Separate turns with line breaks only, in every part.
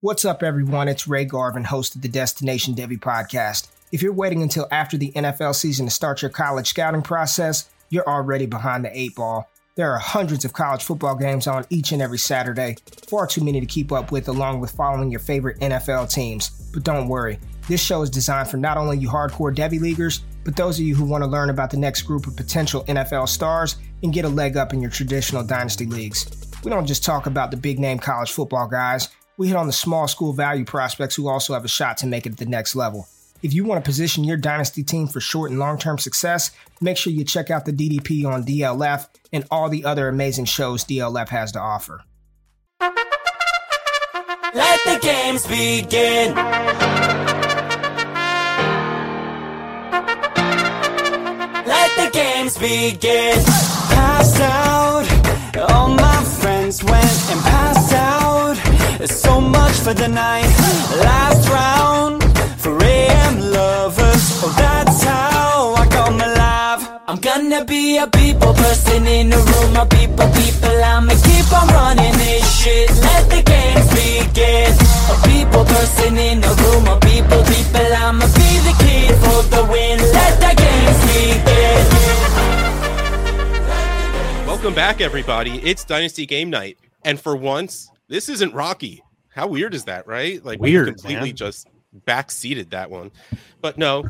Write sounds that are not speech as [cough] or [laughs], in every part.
What's up, everyone? It's Ray Garvin, host of the Destination Devi podcast. If you're waiting until after the NFL season to start your college scouting process, you're already behind the eight ball. There are hundreds of college football games on each and every Saturday, far too many to keep up with, along with following your favorite NFL teams. But don't worry, this show is designed for not only you hardcore Devi leaguers, but those of you who want to learn about the next group of potential NFL stars and get a leg up in your traditional dynasty leagues. We don't just talk about the big name college football guys, we hit on the small school value prospects who also have a shot to make it at the next level. If you want to position your dynasty team for short and long term success, make sure you check out the DDP on DLF and all the other amazing shows DLF has to offer.
Let the games begin. Let the games begin. Passed out. All my friends went and passed out. So much for the night. Last round for AM lovers. Oh, that's how I come alive. I'm gonna be a people person in a room of people, people. I'ma keep on running this shit. Let the games begin. A people person in a room of people, people. I'ma be the kid for the win. Let the games begin.
Welcome back, everybody. It's Dynasty Game Night, and for once, this isn't Rocky. How weird is that, right? Like we
Weird,
completely
man.
just backseated that one. But no,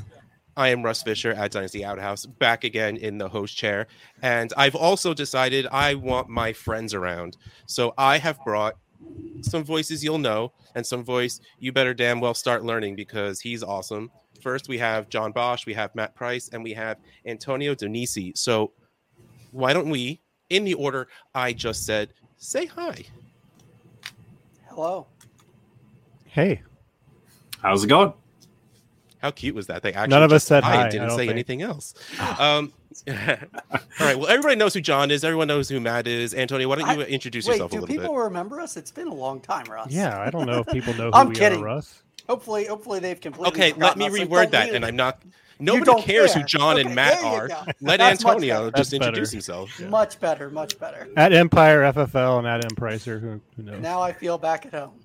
I am Russ Fisher at Dynasty Outhouse, back again in the host chair, and I've also decided I want my friends around, so I have brought some voices you'll know and some voice you better damn well start learning because he's awesome. First, we have John Bosch, we have Matt Price, and we have Antonio Donisi. So why don't we, in the order I just said, say hi.
Hello.
Hey,
How's it going?
How cute was that? They actually
None of us
just
said hi,
and Didn't
I don't
say
think. Ah.
anything else. Um, [laughs] all right. Well, everybody knows who John is. Everyone knows who Matt is. Antonio, why don't you
I-
introduce
Wait,
yourself a
do
little
people
bit?
remember us? It's been a long time,
[laughs]
Russ.
yeah, I don't know if people know who
I'm
we
kidding.
are, Russ.
Hopefully, hopefully they've completely.
Okay, let
forgotten
me
us and
reword
don't
that.
need
Then
it.
I'm not.
You
Nobody
don't
cares who
care.
John and
Okay,
Matt
there you
are.
go.
Let
That's much
Antonio
better.
just
That's
introduce
better.
himself.
Much better, much better.
At Empire FFL and at M Pricer, who, who knows?
Now I feel back at home.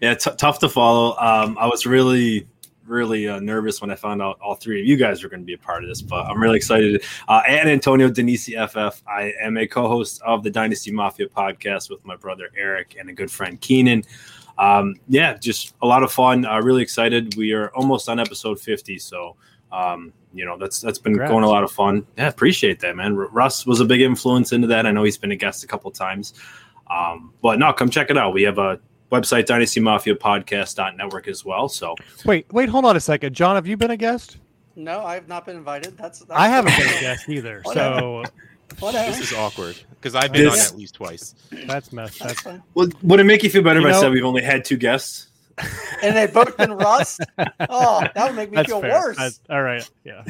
Yeah, t- tough to follow. Um, I was really, really uh, nervous when I found out all three of you guys were going to be a part of this, but I'm really excited. Uh, and Antonio Denisi FF, I am a co-host of the Dynasty Mafia podcast with my brother Eric and a good friend Keenan. Um, yeah, just a lot of fun. Uh, really excited. We are almost on episode 50, so. Um, you know that's that's been
Congrats.
going a lot of fun. Yeah, appreciate that, man. R- Russ was a big influence into that. I know he's been a guest a couple times, um, but no, come check it out. We have a website dynasty mafia podcast.network as well so
Wait, wait, hold on a second. John, have you been a guest?
No, I have not been invited. That's, that's
I haven't
[laughs]
been a guest either, so
Whatever.
This is awkward because I've been
This-
on at least twice.
that's messed.
That's
That's
fine.
would, would it make you feel better
You
if
know-
i said we've only had two guests
And they've both
[laughs]
been Russ. Oh, that would make me
that's
feel
fair.
worse.
That's- all right, yeah,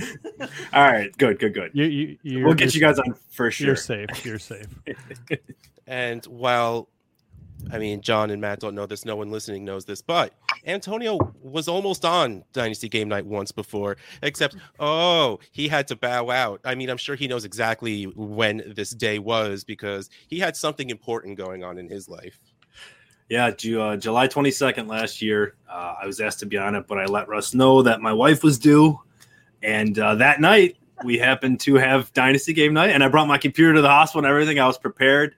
all right good good good
you, you, you're,
we'll get
you're
you guys
safe.
on for sure
You're safe. You're
[laughs]
safe.
And while, I mean, John and Matt don't know this, no one listening knows this, but Antonio was almost on Dynasty Game Night once before, except, oh, he had to bow out. I mean, I'm sure he knows exactly when this day was because he had something important going on in his life.
yeah Ju- uh, july 22nd last year uh, i was asked to be on it but i let russ know that my wife was due and uh, that night we happened to have dynasty game night and i brought my computer to the hospital and everything i was prepared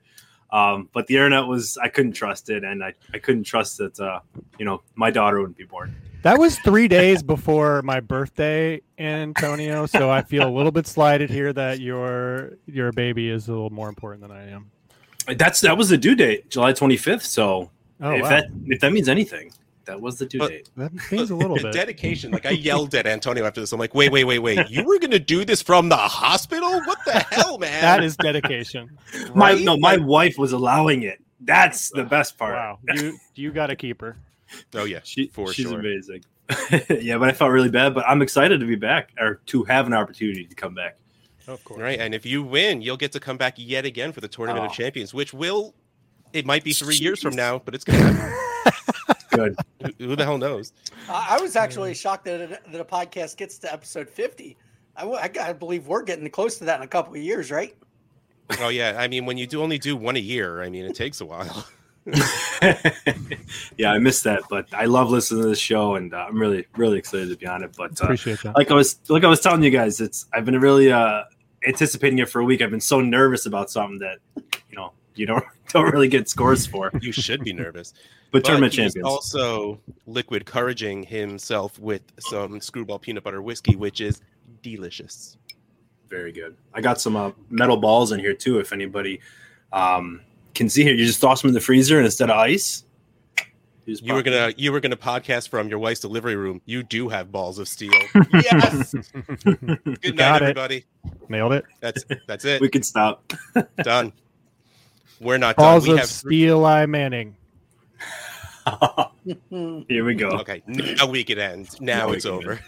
um, but the internet was i couldn't trust it and i, I couldn't trust that uh, you know my daughter wouldn't be born
That was three days before my birthday, Antonio. So I feel a little bit slighted here that your your baby is a little more important than I am.
That's that was the due date, July 25th. So
Oh
if
wow,
that if that means anything, that was the due
But-
date.
that seems a little
[laughs]
the
bit.
dedication, like I yelled at Antonio after this. I'm like, wait, wait, wait, wait. You were going to do this from the hospital? What the hell, man?
that is dedication.
My
right?
no, my wife was allowing it. That's the best part.
Wow, you you got a keeper.
Oh, yeah.
She,
For
she's
sure.
amazing. [laughs] yeah, but I felt really bad. But I'm excited to be back or to have an opportunity to come back.
Of course.
Right. And if you win, you'll get to come back yet again for the Tournament of
Oh.
Champions, which will, it might be three years from now, but it's going to happen.
Good. [laughs]
Who, who the hell knows?
I, I was actually shocked that, it, that a podcast gets to episode 50. I, w- I gotta believe we're getting close to that in
[laughs]
a couple of years, right?
Oh, yeah. I mean, when you do only do one a year, I mean, it takes a while. [laughs]
yeah, I missed that, but I love listening to this show, and uh, I'm really, really excited to be on it. But uh,
Appreciate that.
like I was, like I was telling you guys, it's I've been really uh, anticipating it for a week. I've been so nervous about something that you know you don't [laughs] don't really get scores for.
You should be nervous.
But, tournament
he's
champions,
Also, liquid couraging himself with some screwball peanut butter whiskey, which is delicious.
very good. I got some uh, metal balls in here too. If anybody um, can see here, you just toss them in the freezer, and instead of ice, just
You
pop-
were gonna you were gonna podcast from your wife's delivery room. You do have balls of
[laughs]
steel.
Yes.
Good night,
Got it.
everybody.
Nailed it.
That's that's it.
We can stop. [laughs]
done. We're not done.
Balls
We
of
have three.
Steel I Manning.
Hmm.
Here we [laughs] go.
Okay, now we can end. Now
Now we
it's
can
over.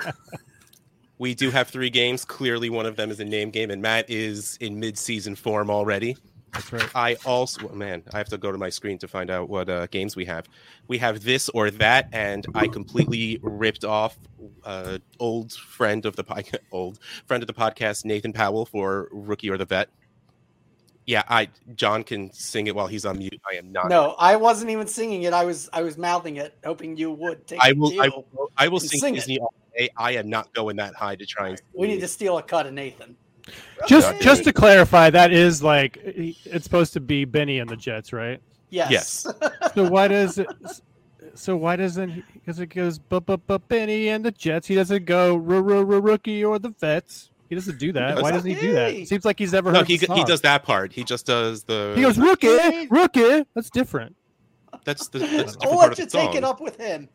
[laughs] we do have three games. Clearly, one of them is a name game, and Matt is in mid-season form already.
That's right.
I also, well, man, I have to go to my screen to find out what uh, games we have. We have this or that, and I completely ripped off uh, old friend of the podcast, [laughs] old friend of the podcast, Nathan Powell for rookie or the vet. Yeah, I John can sing it while he's on mute. I am not.
No, I wasn't even singing it. I was I was mouthing it, hoping you would take.
I
a
will. I
deal.
will. I will sing,
Sing it.
Disney all day. I am not going that high to try and.
We need to steal a cut of Nathan.
Just
Okay.
just to clarify, that is like it's supposed to be Benny and the Jets, right?
Yes.
Yes.
[laughs]
So why does it? So why doesn't? Because it goes bu bu bu Benny and the Jets. He doesn't go ru ru ru rookie or the vets. He doesn't do that. Why doesn't he do
Hey.
that? Seems like he's never heard.
No, he,
the
he
song.
does that part. He just does the.
He goes rookie, rookie. That's different.
That's the. That's a different
I'll
part
let
of
you
the
take it
song.
up with him.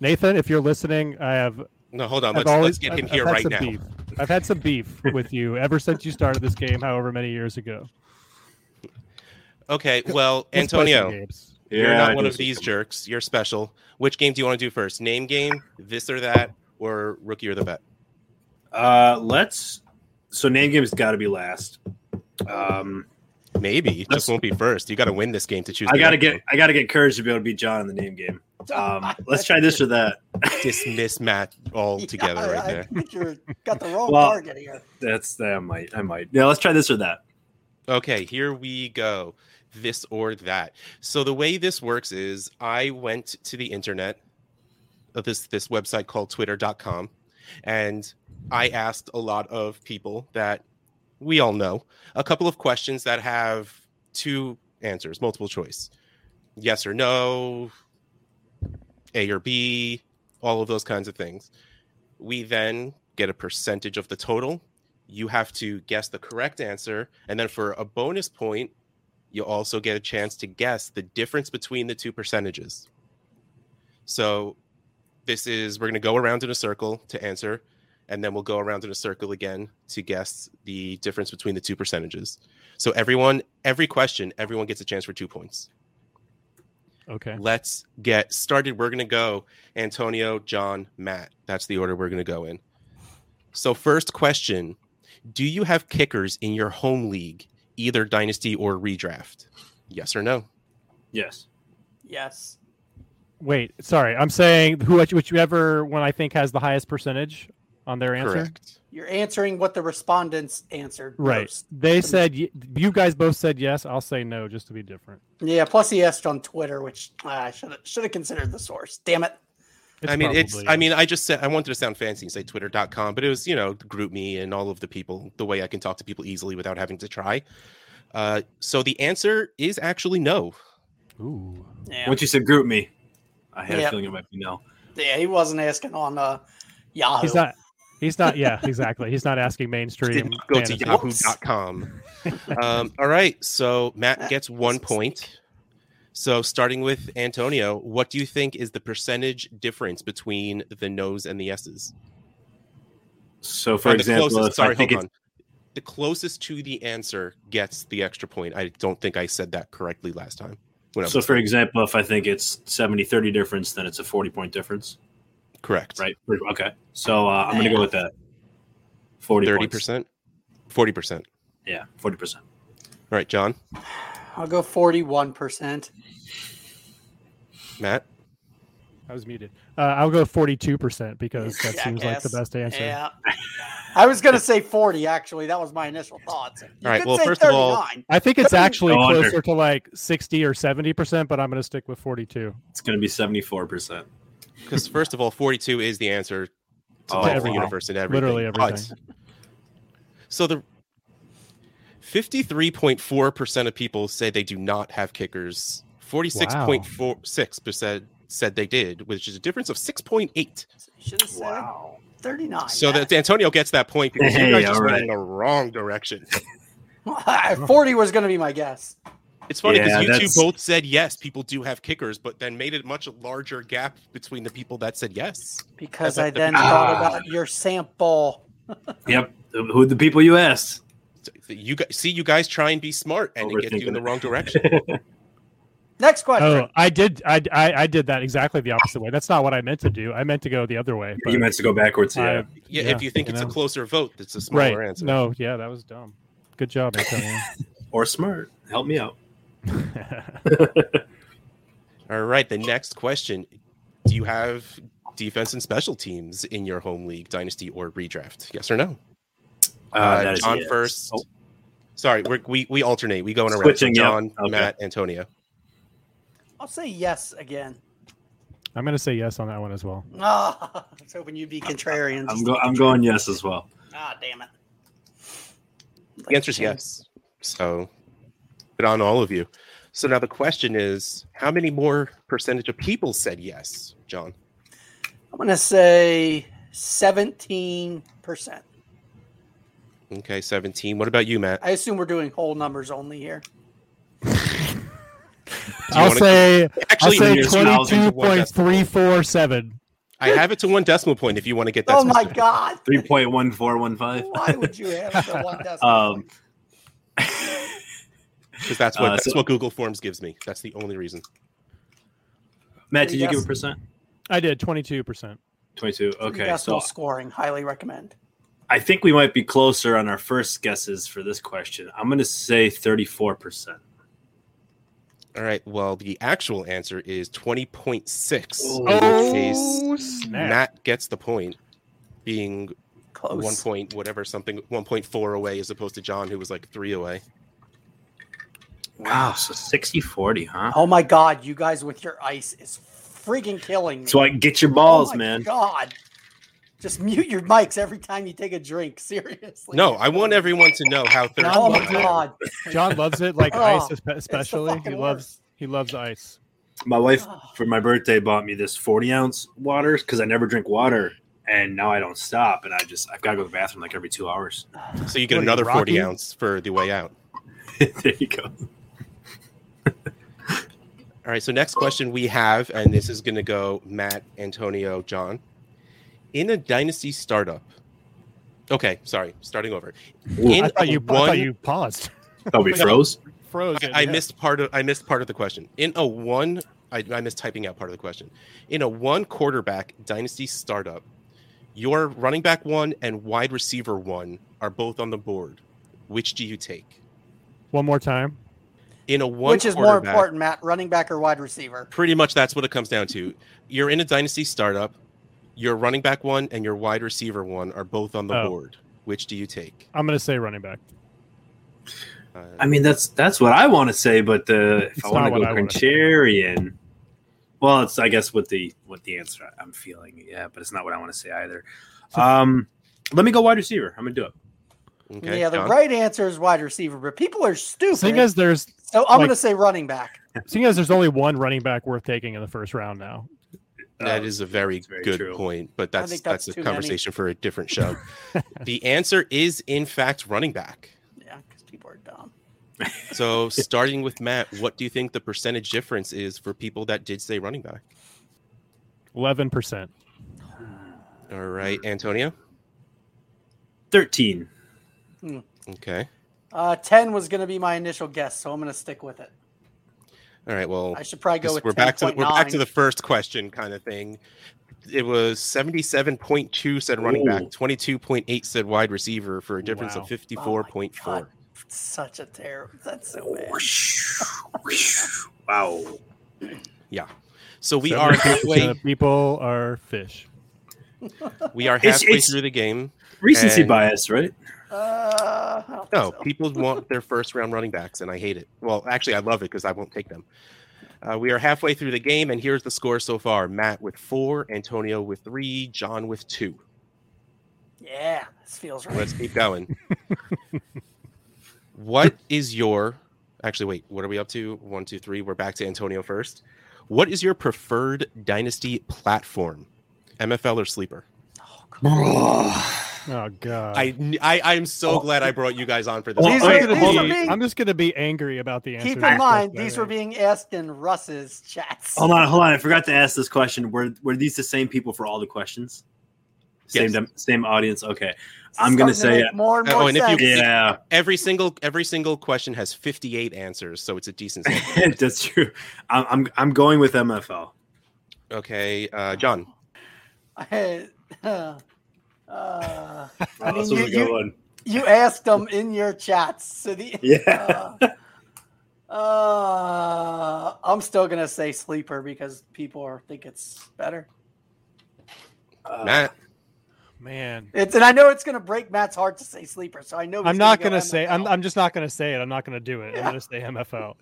Nathan, if you're listening, I have.
No, hold on.
I've
Let's,
always,
let's get him
I've-
here
I've had
right
some
now.
Beef. I've had
[laughs]
some beef with you ever since you started this game, however many years ago.
Okay. Well,
Let's play some
Antonio,
games.
you're
I
not one
do
of
see
these
some-
jerks. You're special. Which game do you want to do first? Name game, this or that, or rookie or the vet?
Uh, let's. So name game's got to be last. Um,
Maybe it
Let's-
just won't be first. You got to win this game to choose.
I
the
gotta
outcome.
get I gotta get courage to be able to beat John in the name game.
[laughs]
Um, let's try this or that.
dismiss Matt altogether
Yeah,
right
I
there.
think You're got the wrong
Well-
target here.
That's I might I might. Yeah, let's try this or that.
Okay, here we go. This or that. So the way this works is I went to the internet, uh, this this website called twitter.com, and I asked a lot of people that we all know a couple of questions that have two answers, multiple choice. Yes or no, A or B, all of those kinds of things. We then get a percentage of the total you have to guess the correct answer. And then for a bonus point, you also get a chance to guess the difference between the two percentages. So this is, we're going to go around in a circle to answer, and then we'll go around in a circle again to guess the difference between the two percentages. So everyone, every question, everyone gets a chance for two points.
Okay.
Let's get started. We're going to go Antonio, John, Matt. That's the order we're going to go in. So, first question Do you have kickers in your home league, either dynasty or redraft? Yes or no?
Yes.
Yes.
Wait, sorry. I'm saying who whichever one I think has the highest percentage on their answer.
Correct.
You're answering what the respondents answered.
Right.
first.
They said y- you guys both said yes. I'll say no just to be different.
Yeah. Plus, he asked on Twitter, which ah, I should have should have considered the source. Damn it.
It's
I mean, it's,
probably
I
yes.
mean, I just said, I wanted to sound fancy and say twitter.com, but it was, you know, group me and all of the people, the way I can talk to people easily without having to try. Uh, so the answer is actually no.
Ooh.
Yeah.
Once you said group me, I had
Yeah.
a feeling it might be no.
yeah. He wasn't asking on uh, Yahoo.
He's not. He's not. Yeah, exactly. He's not asking mainstream.
did not [laughs] go to
fantasy.
Whoops.
[laughs] yahoo.com. um, all right. So Matt gets one point. So starting with Antonio, what do you think is the percentage difference between the no's and the yeses?
So for
Or the
example,
closest,
if
sorry,
I think
hold
it's
on. The closest to the answer gets the extra point. I don't think I said that correctly last time. When I
so
was-
for example, if I think it's 70 30 difference, then it's a 40 point difference,
correct.
right? Okay. So uh, I'm gonna go with that. 40 points.
30%? 40%.
Yeah, 40%.
All right, John,
I'll go forty-one percent.
Matt.
I was muted. Uh, I'll go forty-two percent because that
Yeah, I
seems like the
guess.
best answer.
Yeah. I was going to say 40, actually. That was my initial thoughts. You
right,
could
well,
say
first of all-
I think it's actually
Go under.
closer to like 60 or 70%, but I'm going to stick with 42.
It's going to be 74%. [laughs]
Because first of all, 42 is the answer to
Oh,
the
everything.
universe and everything.
Literally
But-
everything.
so the 53.4% of people say they do not have kickers. 46.46% said they did, which is a difference of 6.8.
should have said
Wow.
39.
So
[laughs]
that Antonio gets that point because
Hey,
you guys just
all
went
right.
in the wrong direction.
[laughs]
that 40 was going to be my guess.
It's funny because
Yeah,
you
that's-
two both said yes, people do have kickers, but then made a much larger gap between the people that said yes.
Because
That's
I
at the-
then thought about your sample.
Yep. Who the people you asked?
So You guys, see, you guys try and be smart and it gets you
Overthinking
in the
it.
wrong direction.
Next question.
Oh, I did. I, I I did that exactly the opposite way. That's not what I meant to do. I meant to go the other way.
You
but
meant to go backwards.
I-
Yeah.
Yeah,
Yeah,
if you think
you
it's
know.
a closer vote, it's a
right.
smaller answer.
No, yeah, that was dumb. Good job,
[laughs]
Antonio. [laughs]
Or smart. Help me out.
All right, the next question: Do you have defense and special teams in your home league, dynasty, or redraft? Yes or no?
Uh,
Uh,
that is a
John
yes.
first.
Oh,
Sorry, we're, we we alternate. We go in around.
Switching, yeah.
John,
Okay.
Matt, Antonio.
I'll say yes again. [laughs]
I'm going to say yes on that one as well.
Ah, I was hoping you'd be contrarian.
I'm, go- I'm going yes as well.
Ah, damn it.
The answer is yes. So, good on all of you. So now the question is: How many more percentage of people said yes, John?
I'm going to say 17%.
Okay, seventeen. What about you, Matt?
I assume we're doing whole numbers only here.
Do you
I'll
wanna-
say I'll
actually,
say
here's what I was
twenty-two
into one
point
decimal
three
point.
four seven.
I have it to one decimal point. If you want to get that.
oh my
specific. [laughs]
God.
3.1415.
Why would you have the
[laughs]
one decimal?
Um,
because that's what
Uh,
that's
so-
what Google Forms gives me. That's the only reason.
Matt, did you
Yes.
give a percent?
I did twenty-two percent.
22. Okay.
decimal
So
scoring. Highly recommend.
I think we might be closer on our first guesses for this question. I'm going to say 34%.
All right. Well, the actual answer is twenty point six.
Oh.
Oh snap!
Matt gets the point, being
Close.
one point whatever something one point four away as opposed to John who was like three away.
Wow. So 60 40, huh?
Oh my God. You guys with your ice is freaking killing me.
So I get your
Oh
balls,
my
man.
God. Just mute your mics every time you take a drink. [laughs] Seriously.
No, I want everyone to know how [laughs] thirsty.
Oh my
I am.
God.
John loves
[laughs]
it like
Oh,
ice,
it's
espe- especially. He
fucking
loves he loves ice.
My wife
Oh.
for my birthday bought me this 40 ounce water because I never drink water. And now I don't stop. And I just, I've got to go to the bathroom like every two hours. [laughs]
So you get
What are you,
another forty
Rocky?
ounce for the way out.
there you go.
All right. So next question we have, and this is going to go Matt, Antonio, John. In a dynasty startup. Okay, sorry. Starting over. In
I thought
a
you I
one-
thought you paused.
Oh, we froze?
Froze.
I,
it,
I
yeah.
missed part of I missed part of the question. In a one, I, I missed typing out part of the question. In a one quarterback dynasty startup, your running back one and wide receiver one are both on the board. Which do you take?
one more time.
In a one,
Which is more
quarterback-
important, Matt? Running back or wide receiver?
Pretty much that's what it comes down to. You're in a dynasty startup. Your running back one and your wide receiver one are both on the
Oh.
board. Which do you take?
I'm gonna say running back.
Uh,
I mean, that's that's what I want to say, but uh, if
It's
I
not
want to go
what I wanna say.
contrarian, well, it's I guess what the what the answer I- I'm feeling, yeah, but it's not what I want to
[laughs]
say either. Um, let me go wide receiver. I'm gonna do it.
okay,
yeah, the
John?
right answer is wide receiver, but people are stupid.
Seeing as there's
so
like-
I'm going to say running back.
seeing as there's only one running back worth taking in the first round now.
That
Uh,
is a very,
very
good
true.
point, but that's
think
that's,
that's
a
too many.
conversation for a different
[laughs]
show. the answer is in fact running back.
Yeah, because people are dumb.
So starting with Matt, what do you think the percentage difference is for people that did say running back?
Eleven percent.
All right,
Hmm.
Antonio.
thirteen.
Okay.
Uh, 10 was going to be my initial guess, so I'm going to stick with it.
All right. Well,
I should probably go
this-
with
we're back to the, we're back to
10.9.
the first question kind of thing. It was seventy-seven point two said running back,
Ooh.
twenty-two point eight said wide receiver, for a difference
Wow.
of fifty-four point four.
Oh my God, Such a terrible. That's so bad.
Oh,
wow.
Yeah. So we are halfway.
people are fish.
We are halfway
It's- it's-
through the game.
Recency
And-
bias, right?
Uh, I don't think
No,
so.
people want their first round running backs, and I hate it. Well, actually, I love it because I won't take them. Uh, we are halfway through the game, and here's the score so far Matt with four, Antonio with three, John with two.
Yeah, this feels right.
Let's keep going. what is your actually wait, what are we up to? One, two, three. We're back to Antonio first. What is your preferred dynasty platform? MFL or sleeper?
Oh god.
I I I am so glad I brought you guys on for this.
Well,
These
I'm,
are-
I-
gonna
these are
be-
being-
I'm just gonna be angry about the answer.
Keep in mind, these were being asked in Russ's chats.
Hold on, hold on. I forgot to ask this question. Were were these the same people for all the questions? Same
Yes.
dem- same audience. Okay.
It's
I'm gonna
starting to
say-
make more and
Oh,
more
and if you-
sense.
Yeah,
every single every single question has 58 answers, so it's a decent sample.
[laughs] that's true. I'm, I'm I'm going with MFL.
Okay, uh John.
I, uh, [laughs] uh, I
Oh,
mean,
this
you,
was a good
you,
one.
you asked them in your chats, so the
[laughs] Yeah.
uh, uh, I'm still gonna say sleeper because people are, think it's better.
Matt.
man.
It's and I know it's gonna break Matt's heart to say sleeper, so I know. he's
I'm not
go
gonna say. I'm,
MFL.
I'm just not gonna say it. I'm not gonna do it. I'm
Yeah.
gonna say
[laughs]
MFL.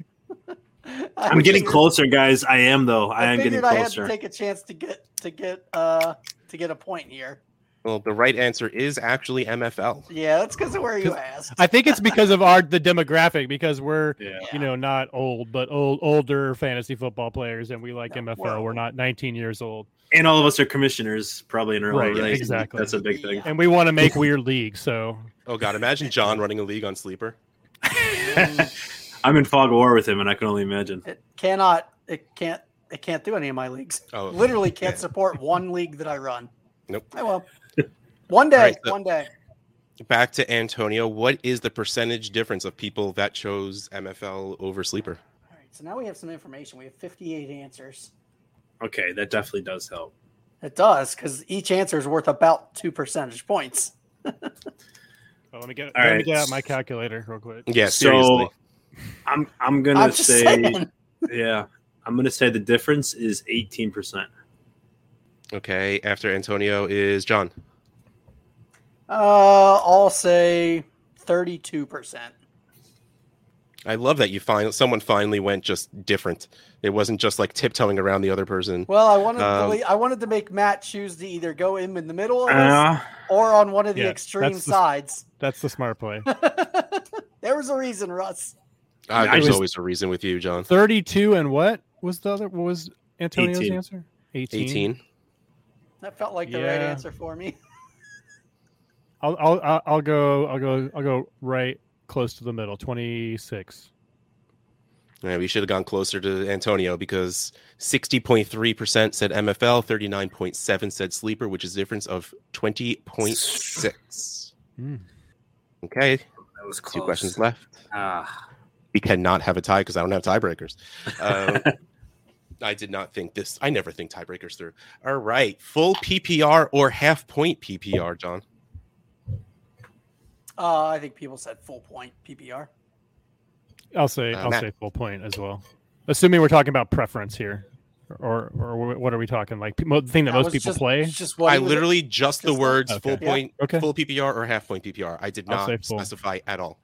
I
I'm getting
figured-
closer, guys. I am though. I, am getting
figured I had to
closer.
take a chance to get to get uh to get a point here.
Well, the right answer is actually MFL.
Yeah, that's because of where you asked.
I think it's because of our the demographic because we're
yeah.
you know not old but old older fantasy football players and we like
No,
MFL.
we're
We're,
old.
not 19 years old
And all of us are commissioners, probably in our
Right,
own relation.
exactly.
That's a big thing.
and we want to
[laughs]
make weird leagues. So
Oh god, imagine John running a league on sleeper.
I'm in fog of war with him, and I can only imagine.
it cannot. It can't. It can't do any of my leagues.
Oh, [laughs]
Literally can't
yeah.
support one league that I run.
Nope.
I will. One day.
right, so-
one day.
back to Antonio. What is the percentage difference of people that chose MFL over sleeper?
All right. So now we have some information. We have 58 answers.
Okay, that definitely does help.
It does because each answer is worth about two percentage points.
Oh, let me get
All
let me
right.
get out my calculator real quick.
Yeah,
So-
seriously.
I'm I'm gonna
I'm just
say
saying.
[laughs] yeah. I'm gonna say the difference is 18 percent.
Okay, after Antonio is John.
Uh, I'll say 32 percent.
I love that you find someone finally went just different. It wasn't just like tiptoeing around the other person.
Well, I wanted
Um,
to, le- I wanted to make Matt choose to either go in in the middle of us
Uh,
or on one of the
Yeah,
extreme
that's the-
sides.
That's the smart [laughs] play.
[laughs] there was a reason, Russ.
Uh,
I
there's
was-
always a reason with you, John.
32 and what was the other? What was Antonio's
18.
answer? 18.
18.
That felt like the right
Yeah.
answer for me.
I'll, I'll I'll I'll go I'll go I'll go right close to the middle. 26.
Yeah, we should have gone closer to Antonio because 60.3% said MFL, 39.7 said sleeper, which is a difference of 20.6.
Hmm.
Okay,
that was
two
close.
questions left.
Ah.
we cannot have a tie because I don't have tiebreakers. Um,
[laughs]
I did not think this. I never think tiebreakers through. All right, full PPR or half point PPR, John.
Uh, I think people said full point PPR.
I'll say
Uh,
I'll
Matt.
say full point as well. Assuming we're talking about preference here, or or wh- what are we talking like pe- mo- the thing that,
That
most
was
people
just-
play?
Just what
I
he was-
literally just the
just the-
words
Okay.
full
Yeah.
point,
Okay.
full PPR or half point PPR. I did
I'll say
not
full.
specify at all.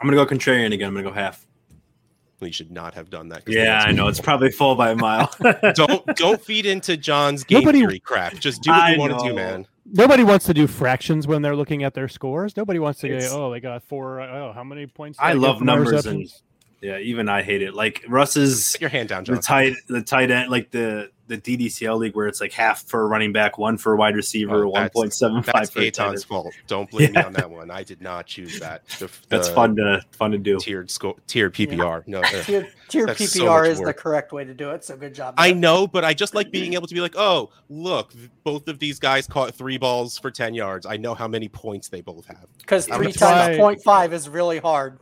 I'm gonna go contrarian again. I'm gonna go half.
You should not have done that. 'cause the
Yeah, I know it's probably full by a [laughs] mile.
answer- [laughs] don't don't feed into John's game
Nobody-
theory crap. Just do what you
I
want to do,
know.
man.
Nobody wants to do fractions when they're looking at their scores. Nobody wants to
It's-
go, oh, they got four. Oh, how many points? did
I
get
love
from my
numbers and-
receptions?"
yeah, even I hate it. Like Russ's
Put your hand down,
the
John.
tight the tight end like the the DDCL league where it's like half for running back, one for wide receiver,
Oh,
one
that's-
point seven five
That's
for a tight end.
Aton's fault. Don't blame me
Yeah.
on that one. I did not choose that.
[laughs]
The-
That's
the
fun to fun to do.
Tiered score, tiered PPR. No. uh.
Tier, tier
That's so
PPR
much
is the
work.
correct way to do it. So good job.
I
there.
know, but I just like being able to be like, oh, look, th- both of these guys caught three balls for 10 yards. I know how many points they both have.
because
I'm
three
gonna try-
times point five is really hard.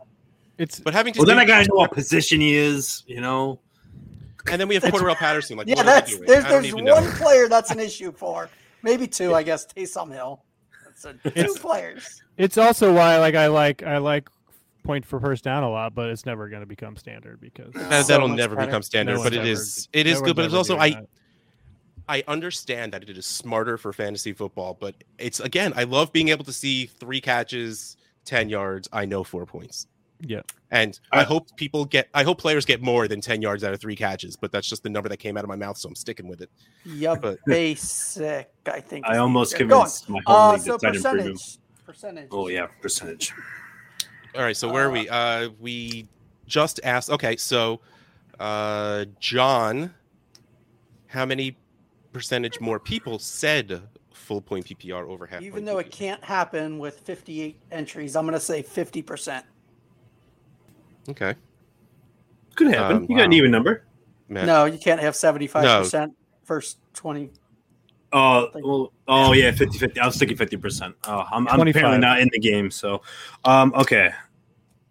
It's
But having to
Well, then
do-
I gotta know what position he is. You know,
[laughs] and then we have Cordell Patterson. Like,
Yeah,
what am I
that's
doing?
there's
I don't
there's one
even know.
player that's an issue for, maybe two, I guess. Taysom Hill. That's a, two
[laughs] It's-
players.
it's also why like I like I like point for first down a lot, but it's never going to become standard because
That,
So
will
much
never
better.
become standard,
No
but
one's
it
ever-
is it
no
is
one's
good. But it's
ever
also
doing
I
that.
I understand that it is smarter for fantasy football, but it's again, I love being able to see three catches, 10 yards. I know four points.
Yeah.
And I,
I-
hope people get, I hope players get more than 10 yards out of three catches, but that's just the number that came out of my mouth. So I'm sticking with it.
Yeah,
But-
basic. I think.
I
is-
almost
Go
convinced my
on.
whole
Uh,
league
so
that Titan premium.
percentage. Percentage.
Oh yeah, percentage.
All right. So where are we? Uh, we just asked. Okay. So, uh, John, how many percentage more people said full point PPR over half?
Even
point
though it
PPR?
can't happen with 58 entries, I'm going to say 50%.
Okay.
Could happen.
Um,
you got an
wow.
even number.
Matt.
No, you can't have 75% first 20.
Oh,
Like-
well, oh yeah, 50 50. I was thinking 50%. Oh, I'm, I'm
25.
apparently not in the game. So, um, okay.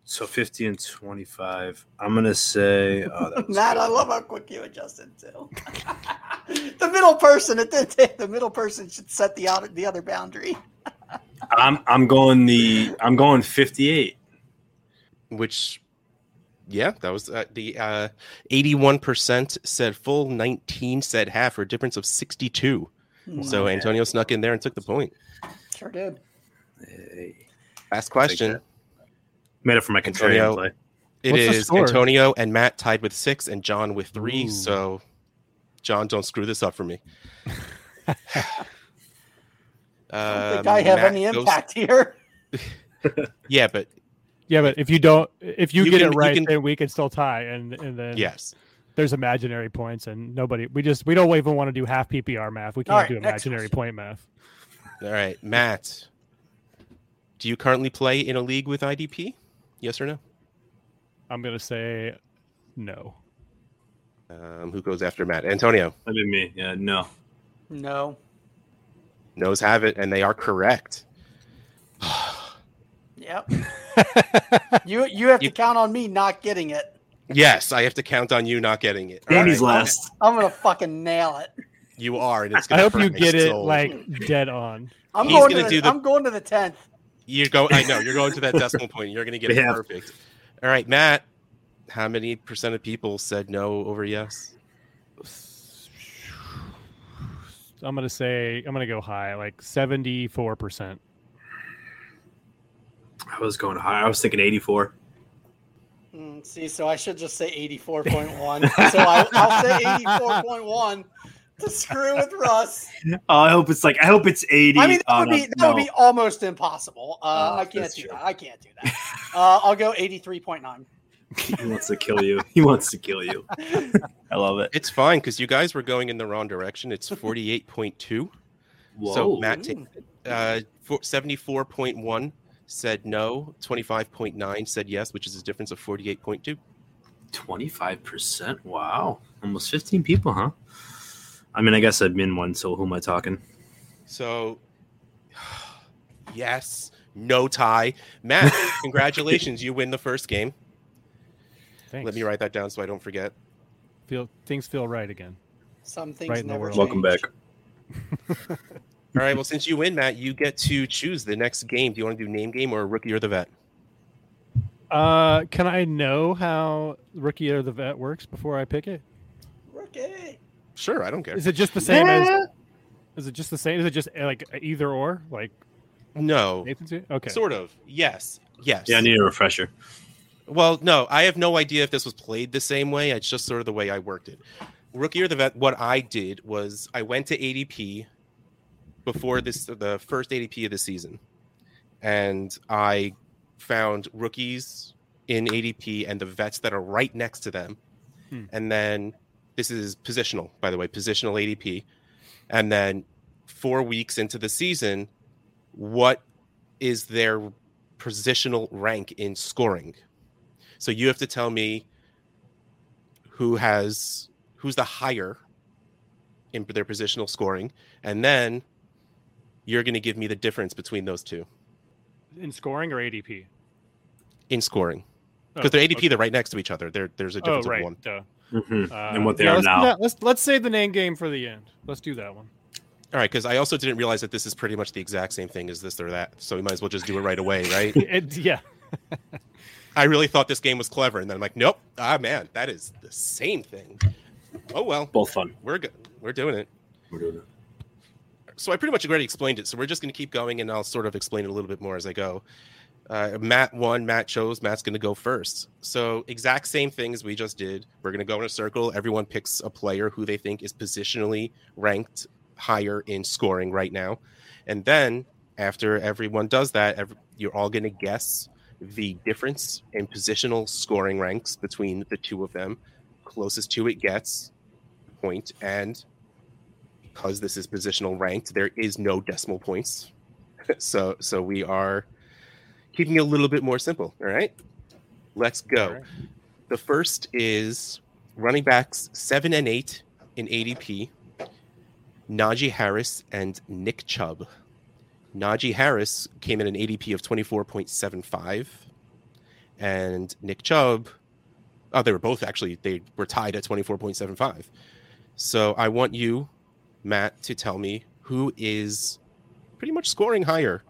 So 50 and 25. I'm going to say. Oh,
[laughs]
that was
Matt, I love how quick you adjusted too. [laughs] the middle person at the the middle person should set the other the other boundary.
I'm, I'm going the. I'm going 58.
Which, yeah, that was uh, the uh, 81% said full, 19 said half, or a difference of 62.
Hmm.
So
man.
Antonio snuck in there and took the point.
sure did.
Hey.
Last question.
Made it for my contrarian
Antonio.
play.
It
What's the
is
score?
Antonio and Matt tied with six, and John with three.
Ooh.
So, John, don't screw this up for
[laughs]
me.
I don't think
Um,
I have
Matt
any
goes-
impact here.
yeah, but
Yeah, but if you don't, if you,
You
get
can-
it
you
right,
can-
then we can still tie, and and then
yes.
there's imaginary points, and nobody, we just, we don't even want to do half PPR math. We can't
All right,
do
next
imaginary
question.
point math.
All right, Matt. Do you currently play in a league with IDP? Yes or no?
I'm gonna say no.
Um, who goes after Matt? Antonio.
That'd be me. Yeah, no.
No.
Knows have it, and they are correct. [laughs]
Yep. you you have
You-
to count on me not getting it.
Yes, I have to count on you not getting it. All
Danny's
right,
last.
I'm gonna fucking nail it.
You are, and it's.
I
gonna
hope
hurt
you
my
get it
soul.
like dead on.
I'm
He's
going
gonna
to the,
do the-
I'm going to the tenth.
You go. I know you're going to that decimal point. You're going to get it
Yeah.
perfect. All right, Matt. How many percent of people said no over yes?
I'm gonna say, I'm gonna go high, like 74 percent.
I was going high. I was thinking 84.
Mm, see, so I should just say
[laughs]
84.1. so I, I'll say 84.1 to screw with Russ.
Oh, I hope it's like. I hope it's 80.
I mean, that
Oh,
would
no,
be that
no.
would be almost impossible. Uh,
Oh,
I can't
that's
do
true.
that. I can't do
[laughs]
that. Uh, I'll go 83.9.
He wants to kill you. He wants to
[laughs]
kill you. I love it.
It's fine because you guys were going in the wrong direction. It's forty-eight point two. So
Whoa.
Matt, ta- uh, seventy-four point one said no. Twenty-five point nine said yes, which is a difference of forty-eight point two.
25%. Wow. Almost 15 people, huh? I mean, I guess I'm in one, so who am I talking?
So, [sighs] yes, no tie. Matt, congratulations, you win the first game.
Thanks.
Let me write that down so I don't forget.
Feel things feel right again.
Some things
Right in the
never
world.
change.
Welcome back.
All right. Well, since you win, Matt, you get to choose the next game. Do you want to do name game or rookie or the vet?
Uh, can I know how rookie or the vet works before I pick it?
Rookie.
Sure, I don't care.
Is it just the same as? Is it just the same? Is it just uh, like either or? Like
No,
Nathan's here? Okay.
sort of. Yes, yes.
Yeah, I need a refresher.
well, no, I have no idea if this was played the same way. It's just sort of the way I worked it. Rookie or the vet. What I did was I went to ADP before this, the first ADP of the season, and I found rookies in ADP and the vets that are right next to them.
Hmm.
And then this is positional, by the way, positional ADP. And then four weeks into the season, what is their positional rank in scoring? So you have to tell me who has who's the higher in their positional scoring, and then you're going to give me the difference between those two
in scoring or ADP?
in scoring
Oh,
because they're ADP. They're right next to each other. There, there's a
Oh
difference
right.
of one.
duh.
Mhm.
Uh,
And what they
yeah,
are
let's do
now.
that. Let's let's save the name game for the end. Let's do that one.
All right, because I also didn't realize that this is pretty much the exact same thing as this or that. So we might as well just do it right away,
[laughs]
right?
It- yeah.
I really thought this game was clever, and then I'm like, nope, ah man, that is the same thing. Oh well,
Both fun.
we're go- we're doing it.
We're doing it.
so I pretty much already explained it. So we're just going to keep going, and I'll sort of explain it a little bit more as I go. Uh, Matt won. Matt chose. Matt's going to go first. So exact same thing as we just did. We're going to go in a circle. Everyone picks a player who they think is positionally ranked higher in scoring right now, and then after everyone does that, ev you're all going to guess the difference in positional scoring ranks between the two of them. Closest to it gets point, and because this is positional ranked, there is no decimal points. [laughs] so so we are keeping it a little bit more simple. All right. Let's go.
All right.
The first is running backs seven and eight in ADP, Najee Harris and Nick Chubb. Najee Harris came in an ADP of 24.75, and Nick Chubb, oh, they were both actually, they were tied at 24.75. So I want you, Matt, to tell me who is pretty much scoring higher,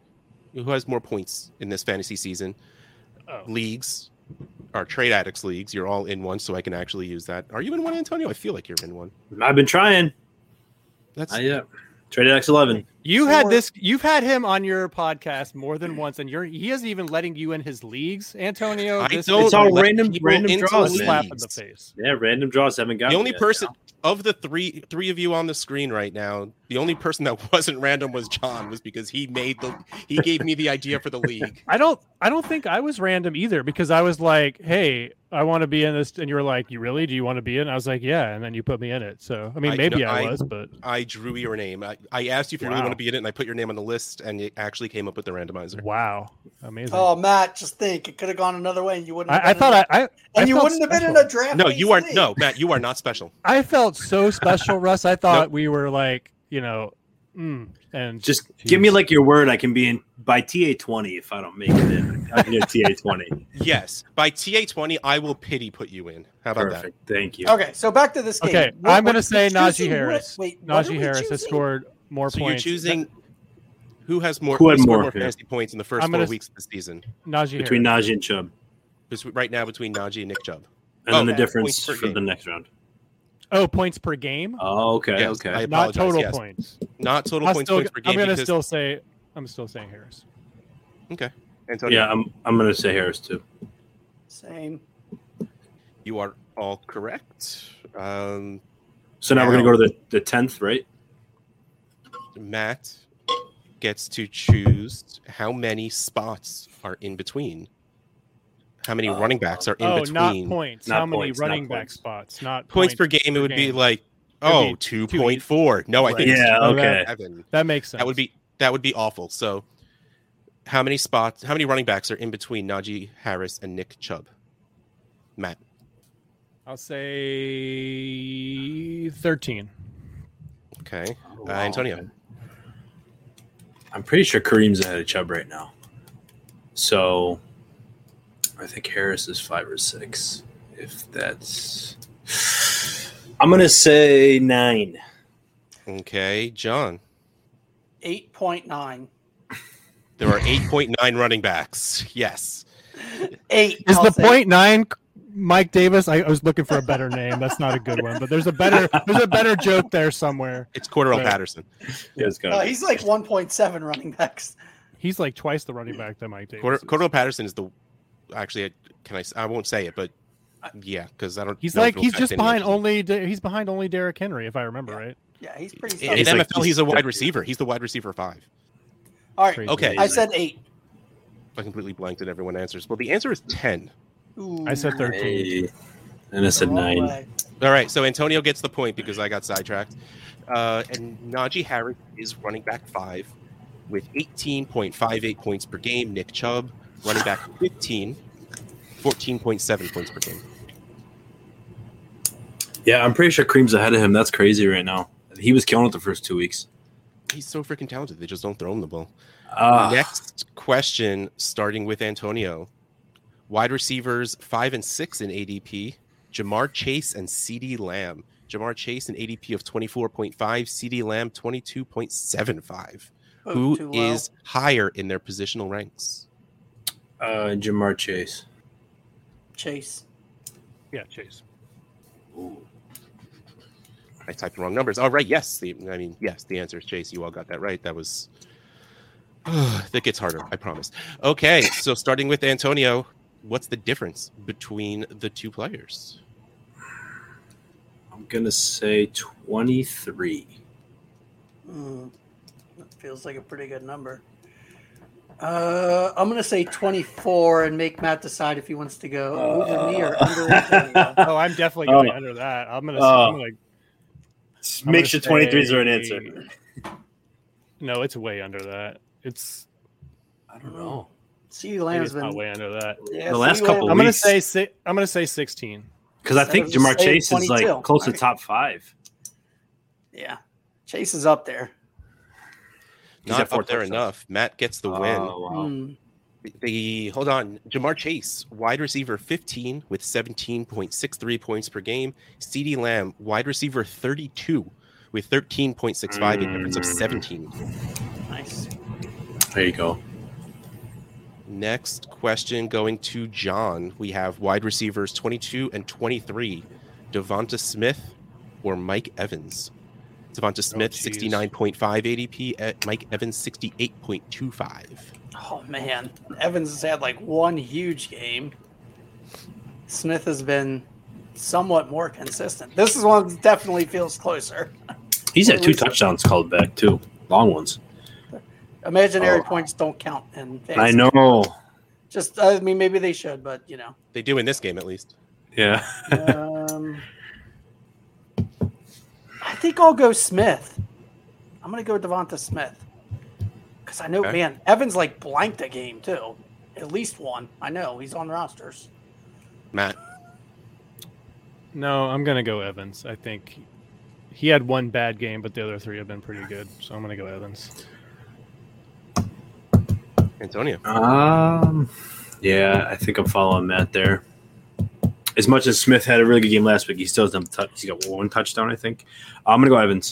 who has more points in this fantasy season.
Oh.
Leagues are trade addicts leagues. You're all in one, so I can actually use that. Are you in one, Antonio? I feel like you're in one.
I've been trying.
That's
I, yeah. Traded X eleven.
You had
Or-
this. You've had him on your podcast more than once, and you're he isn't even letting you in his leagues, Antonio.
I
This
don't
is
It's all
like
let
random-
people
random
into
a
draws, man.
slap in the
leagues.
face.
Yeah, random draws haven't got
The only person of the three three of you on the screen right now, the only person that [laughs] wasn't random was John, was because he made the he gave me the idea for the league.
I don't. I don't think I was random either because I was like, "Hey, I want to be in this," and you were like, "You really? Do you want to be in?" I was like, "Yeah," and then you put me in it. So I mean,
I-
maybe
no,
I,
I-
was, but
I drew your name. I, I asked you if you really
Wow.
want to be in it, and I put your name on the list, and it actually came up with the randomizer.
wow, amazing.
Oh, Matt, just think it could have gone another way, and you wouldn't. Have
I, I
been
thought
in,
I, I I
and you
felt
wouldn't have been in
special.
a draft.
No, you are
[laughs]
league.
no Matt. You are not special.
I felt so special,
[laughs]
Russ. I thought we were like, you know, mm, and
Just give
Jeez.
me like your word. I can be in by TA twenty if I don't make it in. I can get TA twenty.
Yes, by TA twenty, I will pity put you in. How about that?
Perfect. Thank you.
Okay, so back to this game.
Okay,
What-
I'm gonna
what-
say
choosing
Najee
what-
Harris.
Wait, what
Najee
are we
Harris has
choosing?
scored more
So
points.
you're choosing who has more
Who had
who scored
more, yeah.
fantasy points in the 1st
I'm gonna
four
s-
weeks of the season?
Najee
Between
Harris.
Najee and Chubb,
Between- Right now, between Najee and Nick Chubb.
and then the
Okay.
difference
Points per
for
game.
the next round.
oh points per game,
Oh, okay,
Yes,
okay.
I apologize.
not total
yes.
points.
Not total
I'll
points,
still-
points per game.
I'm gonna
because
still say I'm still saying Harris.
Antonio,
yeah, I'm. I'm gonna say Harris too.
Same.
You are all correct. Um,
So now we're gonna go to the the tenth, right?
Matt gets to choose how many spots are in between. How many
Oh.
running backs are in
oh,
between?
not points.
Not
How many
points, not
running back
points.
spots? Not
Points per game, it
per
would be
game.
like,
It'd
oh,
be
two
too
point four. No, I
Right.
think it's
Yeah.
Oh, that-
Okay.
seven.
That makes sense.
That would be that would be awful. So, how many spots? How many running backs are in between Najee Harris and Nick Chubb? Matt,
I'll say thirteen.
okay. Uh, Antonio.
I'm pretty sure Kareem's ahead of Chubb right now. So I think Harris is five or six. If that's. I'm going to say nine.
Okay, John.
Eight point nine.
There are eight point nine running backs. Yes.
Eight.
Is
I'll
the
say.
point nine Mike Davis? I, I was looking for a better name. That's not a good one, but there's a better there's a better joke there somewhere.
It's Cordero
Right.
Patterson.
Yeah, it's
Uh,
gonna
he's like one point seven running backs.
He's like twice the running back that Mike Davis.
Corder-
is.
Cordero Patterson is the actually. I- Can I? s- I won't say it, but yeah, because I don't.
He's
know if
like
it'll
he's
affect
just
anyone.
behind only De- he's behind only Derrick Henry if I remember right.
Yeah, he's pretty.
In,
Solid.
in
He's like-
MFL, he's a
he's-
wide receiver. He's the wide receiver five.
All right.
Crazy.
[laughs]
Okay,
I said eight.
I completely blanked and everyone answers. Well, the answer is ten.
Ooh,
I said
be-
13.
Hey. And I said
wrong
nine.
way.
All right, so Antonio gets the point because I got sidetracked. Uh, and Najee Harris is running back five with 18.58 points per game. Nick Chubb, running back 15, 14.7 points per game.
Yeah, I'm pretty sure Kareem's ahead of him. That's crazy right now. He was killing it the first two weeks.
He's so freaking talented. They just don't throw him the ball.
Uh,
Next question, starting with Antonio. Wide receivers five and six in ADP. Jamar Chase and CD Lamb. Jamar Chase an ADP of 24.5, CD Lamb 22.75.
Oh, too
Who
low.
is higher in their positional ranks?
uh, Jamar Chase.
Chase?
Yeah, Chase.
I typed the wrong numbers. All right, yes. The, I mean, yes. The answer is Chase. You all got that right. That was. [sighs] that gets harder. I promise. Okay, so starting with Antonio, what's the difference between the two players?
I'm gonna say 23.
Mm, that feels like a pretty good number. Uh, I'm gonna say 24 and make Matt decide if he wants to go over me
Uh.
or under.
[laughs]
Antonio.
Oh, I'm definitely going
Oh.
under that. I'm gonna.
Oh.
I'm gonna I'm
Make sure
gonna
23s are an
say-
answer.
no, it's way under that. It's,
I don't know.
See,
maybe
Lamb's
it's not
been.
way under that.
Yeah,
The
CeeDee
last
Lamb-
couple
I'm gonna
Least-
say si- I'm gonna say 16.
Because I
So
think
just
Jamar
say
Chase is
22.
like close to
Alright.
top five.
Yeah, Chase is up there.
He's
Not
at four
up there
touchdowns.
enough. Matt gets the win.
Oh, wow.
Mm,
The hold on, Jamar Chase, wide receiver 15 with 17.63 points per game. CD Lamb, wide receiver 32 with 13.65, a difference of
Mm.
17.
nice.
There you go.
Next question going to John. We have wide receivers 22 and 23, Devonta Smith or Mike Evans. Devonta Smith,
geez.
69.5 ADP, eh, Mike Evans, 68.25.
Oh man, Evans has had like one huge game. Smith has been somewhat more consistent. This is one that definitely feels closer.
He's had two touchdowns called back too, long ones.
Imaginary
Oh.
points don't count, and
I know.
Just I mean, maybe they should, but you know.
They do in this game at least.
[laughs] Yeah.
Um, I think I'll go Smith. I'm gonna go Devonta Smith because I know,
Okay.
man, Evans like blanked a game too, at least one. I know he's on rosters.
Matt,
No, I'm gonna go Evans. I think he had one bad game, but the other three have been pretty good. So I'm gonna go Evans.
Antonio.
Um. Yeah, I think I'm following Matt there. As much as Smith had a really good game last week, he still doesn't. Touch, he's got one touchdown, I think. Uh, I'm gonna go Evans.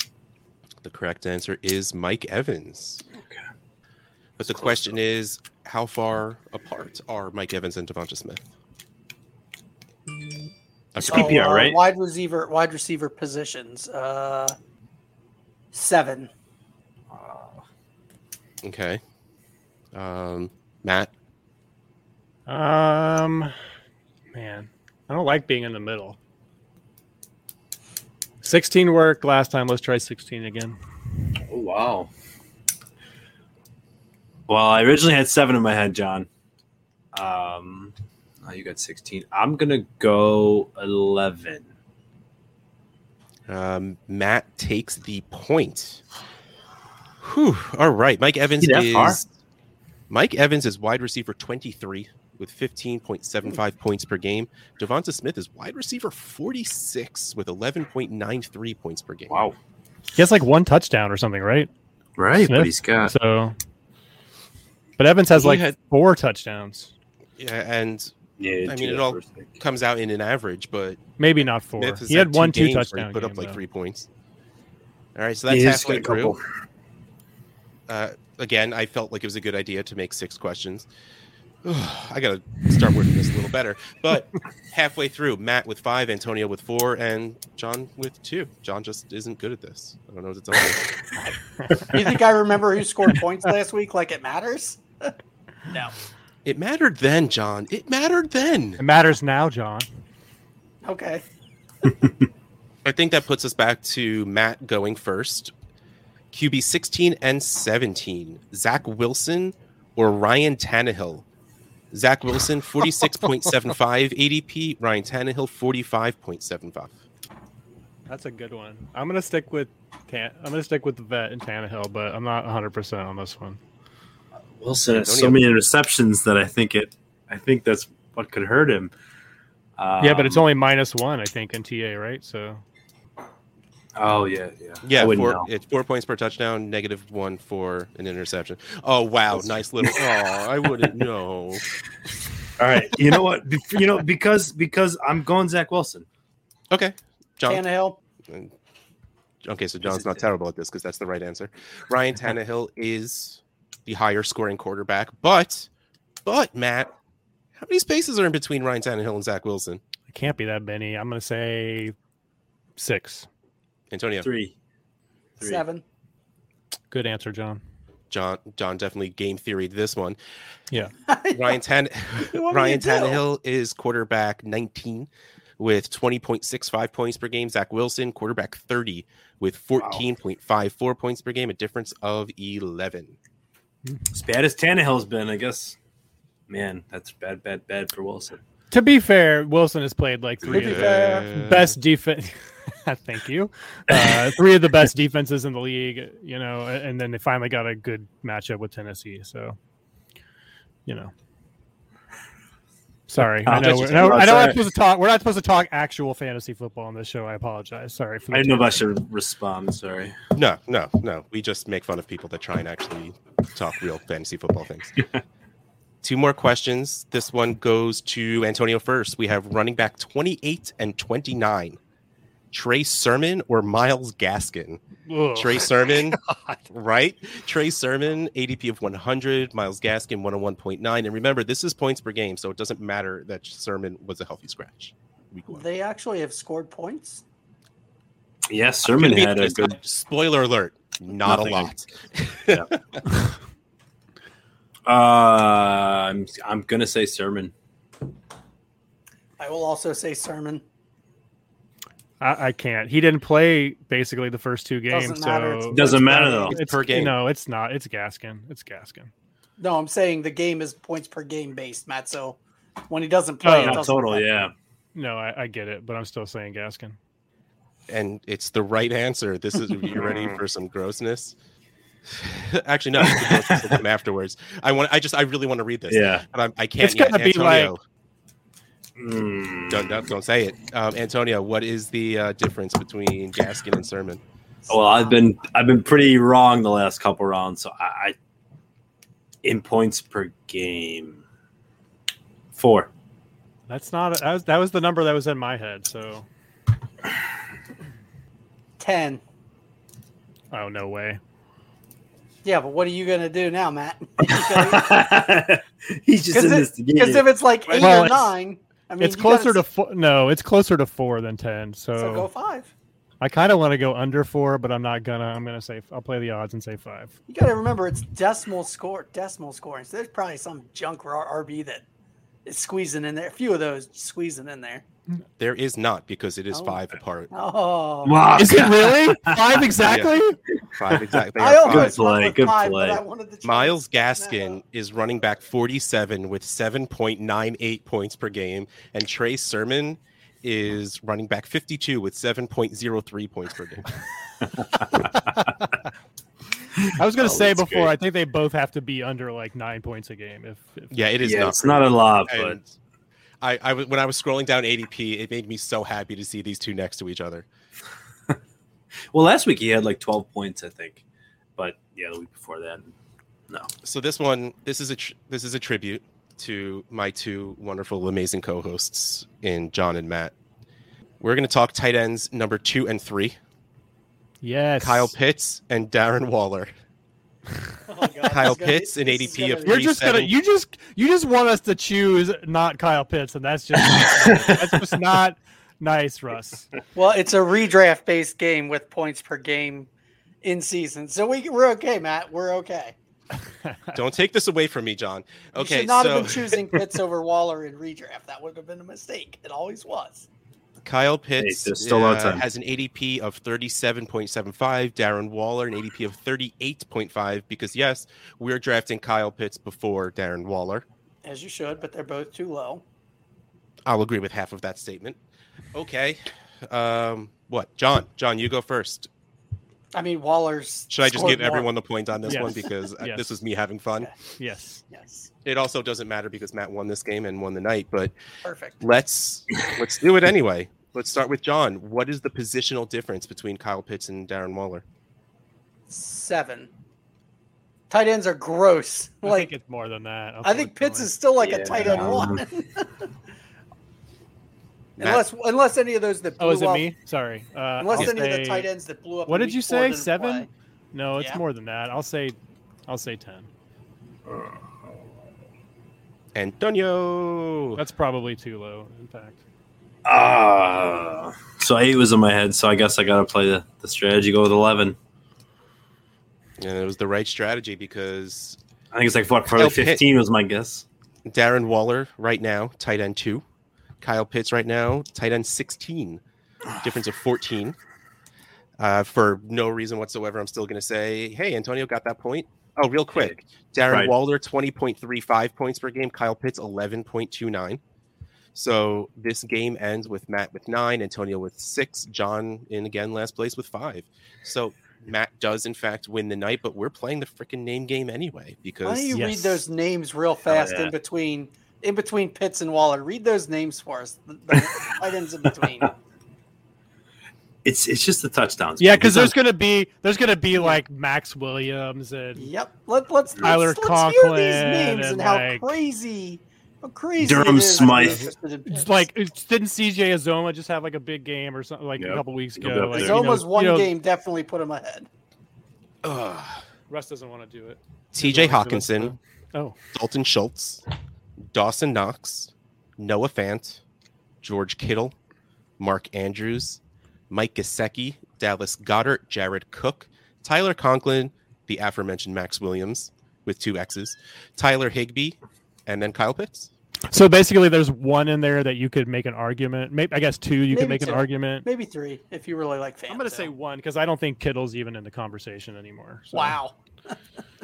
The correct answer is Mike Evans. But the question is, how far apart are Mike Evans and Devonta Smith?
Mm,
I
It's
forgot.
PPR,
uh,
right?
Wide receiver, wide receiver positions. Uh, seven.
Okay. Um, Matt,
Um, man, I don't like being in the middle. 16 worked last time. Let's try 16 again.
Oh wow. Well, I originally had seven in my head, John. Um, oh, you got sixteen. I'm gonna go eleven.
Um, Matt takes the point. Whew. All right. Mike Evans
that
is
far?
Mike Evans is wide receiver 23 with 15.75 points per game. Devonta Smith is wide receiver 46 with 11.93 points per game.
Wow.
He has like one touchdown or something, right?
Right,
Smith?
but he's got
So, but Evans has
He
like
had-
four touchdowns.
Yeah, and
yeah.
I
two
mean, it
that
all-
first pick.
comes out in an average, but
Maybe not four.
Smith has
he had one, two
games where
touchdown.
He put
game,
up like
though.
three points. All right. So that's
Yeah, he's
halfway
got a
through.
couple.
uh, again, I felt like it was a good idea to make six questions. [sighs] I gotta start working this a little better.
[laughs]
But halfway through, Matt with five, Antonio with four, and John with two. John just isn't good at this. I don't know what to tell you.
[laughs]
You think I remember who scored points last week? Like it matters? no.
it mattered then, John. It mattered
It
then.
matters now, John.
Okay.
I think that puts us back to Matt going first. QB 16 and 17, Zach Wilson or Ryan Tannehill? Zach Wilson, 46.75
[laughs]
ADP, Ryan Tannehill, 45.75.
That's a good one. I'm gonna stick with Tan- I'm gonna stick with the vet and Tannehill, but I'm not 100 percent on this one.
Wilson has so
Antonio.
many interceptions that I think it. I think that's what could hurt him.
yeah, but it's
Um,
only minus one, I think, in TA, right? So
Oh yeah, yeah. I
Yeah,
wouldn't
four,
know.
it's four points per touchdown, negative one for an interception. Oh wow, nice
[laughs]
little. Oh, I wouldn't know.
[laughs] All right, you know what? Be- you know because because I'm going Zach Wilson.
Okay, John.
Tannehill.
Okay, so John's not terrible at this because that's the right answer.
[laughs]
Ryan Tannehill is the higher scoring quarterback, but but Matt, how many spaces are in between Ryan Tannehill and Zach Wilson?
it can't be that many. I'm gonna say six.
Antonio,
Three. Three.
Seven.
Good answer, John.
John, John definitely game theoried this one.
[laughs]
Yeah.
Ryan Tan,
What would
Ryan
you do?
Tannehill is quarterback 19 with 20.65 points per game. Zach Wilson, quarterback 30 with 14.54 points per game, a difference of 11.
As bad as Tannehill's been, I guess. Man, that's bad, bad, bad for Wilson.
To be fair, Wilson has played like three of the
Uh,
best defense. [laughs] Thank you. Uh, three of the best defenses in the league, you know, and then they finally got a good matchup with Tennessee. So, you know, sorry, I
Uh,
know
just-
we're, no,
no,
I know
sorry.
I'm supposed to talk. We're not supposed to talk actual fantasy football on this show. I apologize. Sorry. For
I didn't know if I should respond. Sorry.
No, no, no. We just make fun of people that try and actually talk real fantasy football things. Two more questions. This one goes to Antonio first. We have running back 28 and 29. Trey Sermon or Miles Gaskin?
Ugh.
Trey Sermon, right? Trey Sermon, ADP of 100, Miles Gaskin, 101.9. And remember, this is points per game, so it doesn't matter that Sermon was a healthy scratch. Week one.
They actually have scored points.
Yes, Sermon
Couldn't
had
be-
a good.
Spoiler alert, not
Nothing.
a lot.
Uh, I'm, I'm gonna say Sermon.
I will also say Sermon.
I, I can't. He didn't play basically the first two games.
Doesn't
so
matter. It's-
Doesn't matter though.
It's,
per game.
No, it's not. It's Gaskin. It's Gaskin.
No, I'm saying the game is points per game based, Matt. So when he doesn't play,
Oh,
it
not
Yeah,
doesn't
total,
matter.
yeah.
No, I, I get it, but I'm still saying Gaskin.
and it's the right answer. This is you ready
Mm.
for some grossness? [laughs] Actually, no. it's the grossness will come afterwards, I want. I just. I really want to read this.
Yeah.
but I, I can't.
It's gonna
yet.
be like-
Antonio,
Mm.
Don't, don't don't say it. Um, Antonio, what is the uh, difference between Gaskin and Sermon?
Well, I've been I've been pretty wrong the last couple rounds, so I, I in points per game four.
That's not. That was, that was the number that was in my head. So,
ten.
oh no way.
Yeah, but what are you gonna do now, Matt?
[laughs] He's just in
Because
this to get
if
it.
it's like eight
Well,
or
it's-
nine, I mean,
it's
you gotta
closer to four. No, it's closer to four than ten. So,
So go five.
I kind of want to go under four, but I'm not gonna. I'm gonna say I'll play the odds and say five.
You got to remember it's decimal score, decimal scoring. So there's probably some junk R- RB that is squeezing in there. A few of those squeezing in there.
There is not because it is
Oh.
five
[laughs]
apart.
Oh,
Wow, God.
really [laughs] five exactly?
Five exactly.
I almost
Good
went
play,
with
good
five,
play.
But I wanted the
Miles
choice.
Gaskin is running back 47 with 7.98 points per game, and Trey Sermon is running back 52 with 7.03 points per game.
I was gonna
Oh,
say
that's
before.
great.
I think they both have to be under like nine points a game. If, if
Yeah, it is
yeah,
not.
it's not a lot,
pretty.
but
And I, I w- when I was scrolling down ADP, it made me so happy to see these two next to each other.
well, last week he had like twelve points, I think. But yeah, the week before that,
So this one, this is a tr- this is a tribute to my two wonderful, amazing co-hosts in John and Matt. We're going to talk tight ends number two and three,
yes,
[laughs]
Kyle Pitts and Darren Waller.
Oh, God, this
Kyle
is gonna be-
Pitts in
this is
ADP
gonna
of
be-
You're just gonna.
Seven.
You just. You just want us to choose not Kyle Pitts, and that's just. that's just not nice, Russ.
Well, it's a redraft based game with points per game in season. So we, we're okay, Matt. We're okay.
Don't take this away from me, John.
you
Okay,
should not
so [laughs]
have been choosing Pitts over Waller in redraft. That would have been a mistake. It always was.
Kyle Pitts uh,
there's still a lot of time.
has an ADP of 37.75. Darren Waller an ADP of 38.5 because yes, we're drafting Kyle Pitts before Darren Waller.
As you should, but they're both too low.
I'll agree with half of that statement. Okay, um, what, John? John, you go first.
I mean, Waller's.
Should I just
scored
give
more.
everyone the point on this
Yes.
one because uh,
Yes.
this was me having fun?
Yes.
Yes.
It also doesn't matter because Matt won this game and won the night, but
Perfect.
let's let's do it anyway. Let's start with John. What is the positional difference between Kyle Pitts and Darren Waller?
Seven. Tight ends
[laughs]
are gross.
I
Like,
think it's more than that. I'll
I think
throw it
Pitts
to him.
is still like
Yeah.
a tight end
[laughs]
one.
Matt?
unless, unless any of those that blew
Oh, is it
up-
me? Sorry. Uh,
Unless
I'll
any of the
say-
tight ends that blew up.
What
in
did
week
you
four
say,
didn't
seven?
play.
No, it's
Yeah.
more than that. I'll say, I'll say ten.
Antonio.
That's probably too low. In fact,
Uh, so eight was in my head, so I guess I got to play the, the strategy, go with 11.
And it was the right strategy because
I think it's like what, probably
Oh, Pitt.
15 was my guess.
Darren Waller right now, tight end two. Kyle Pitts right now, tight end 16. Difference of 14. Uh, for no reason whatsoever, I'm still going to say, hey, Antonio got that point. Oh, real quick. Darren
Right.
Waller, 20.35 points per game. Kyle Pitts, 11.29. So this game ends with Matt with nine, Antonio with six, John in again last place with five. So Matt does, in fact, win the night, but we're playing the freaking name game anyway
Why
because
don't you read
Yes.
those names real fast
yeah.
in between in between Pitts and Waller? Read those names for us. The, the tight ends in
[laughs]
between.
It's it's just the touchdowns.
Yeah,
man.
because
These
there's gonna be there's gonna be like Max Williams and
Yep. Let, let's
Tyler
let's, let's hear these
Conklin
names and,
and,
how
like,
crazy, how crazy
Durham
it is.
Smythe.
Interested in
it's
Pitts.
like it's- didn't CJ Azoma just have like a big game or something like
Yep.
a couple weeks
He'll
ago?
be up
Like,
there.
Zoma's
you know-
one
you know,
game definitely put him ahead.
Ugh.
Russ doesn't want to do it.
TJ
Well, that's the
Hawkinson,
Oh,
Dalton Schultz, Dawson Knox, Noah Fant, George Kittle, Mark Andrews, Mike Gesicki, Dallas Goddard, Jared Cook, Tyler Conklin, the aforementioned Max Williams with two X's, Tyler Higbee, and then Kyle Pitts.
so basically, there's one in there that you could make an argument. Maybe I guess two. You
Maybe
could make
two.
an argument.
Maybe three if you really like fans.
I'm gonna say one because I don't think Kittle's even in the conversation anymore. so.
wow.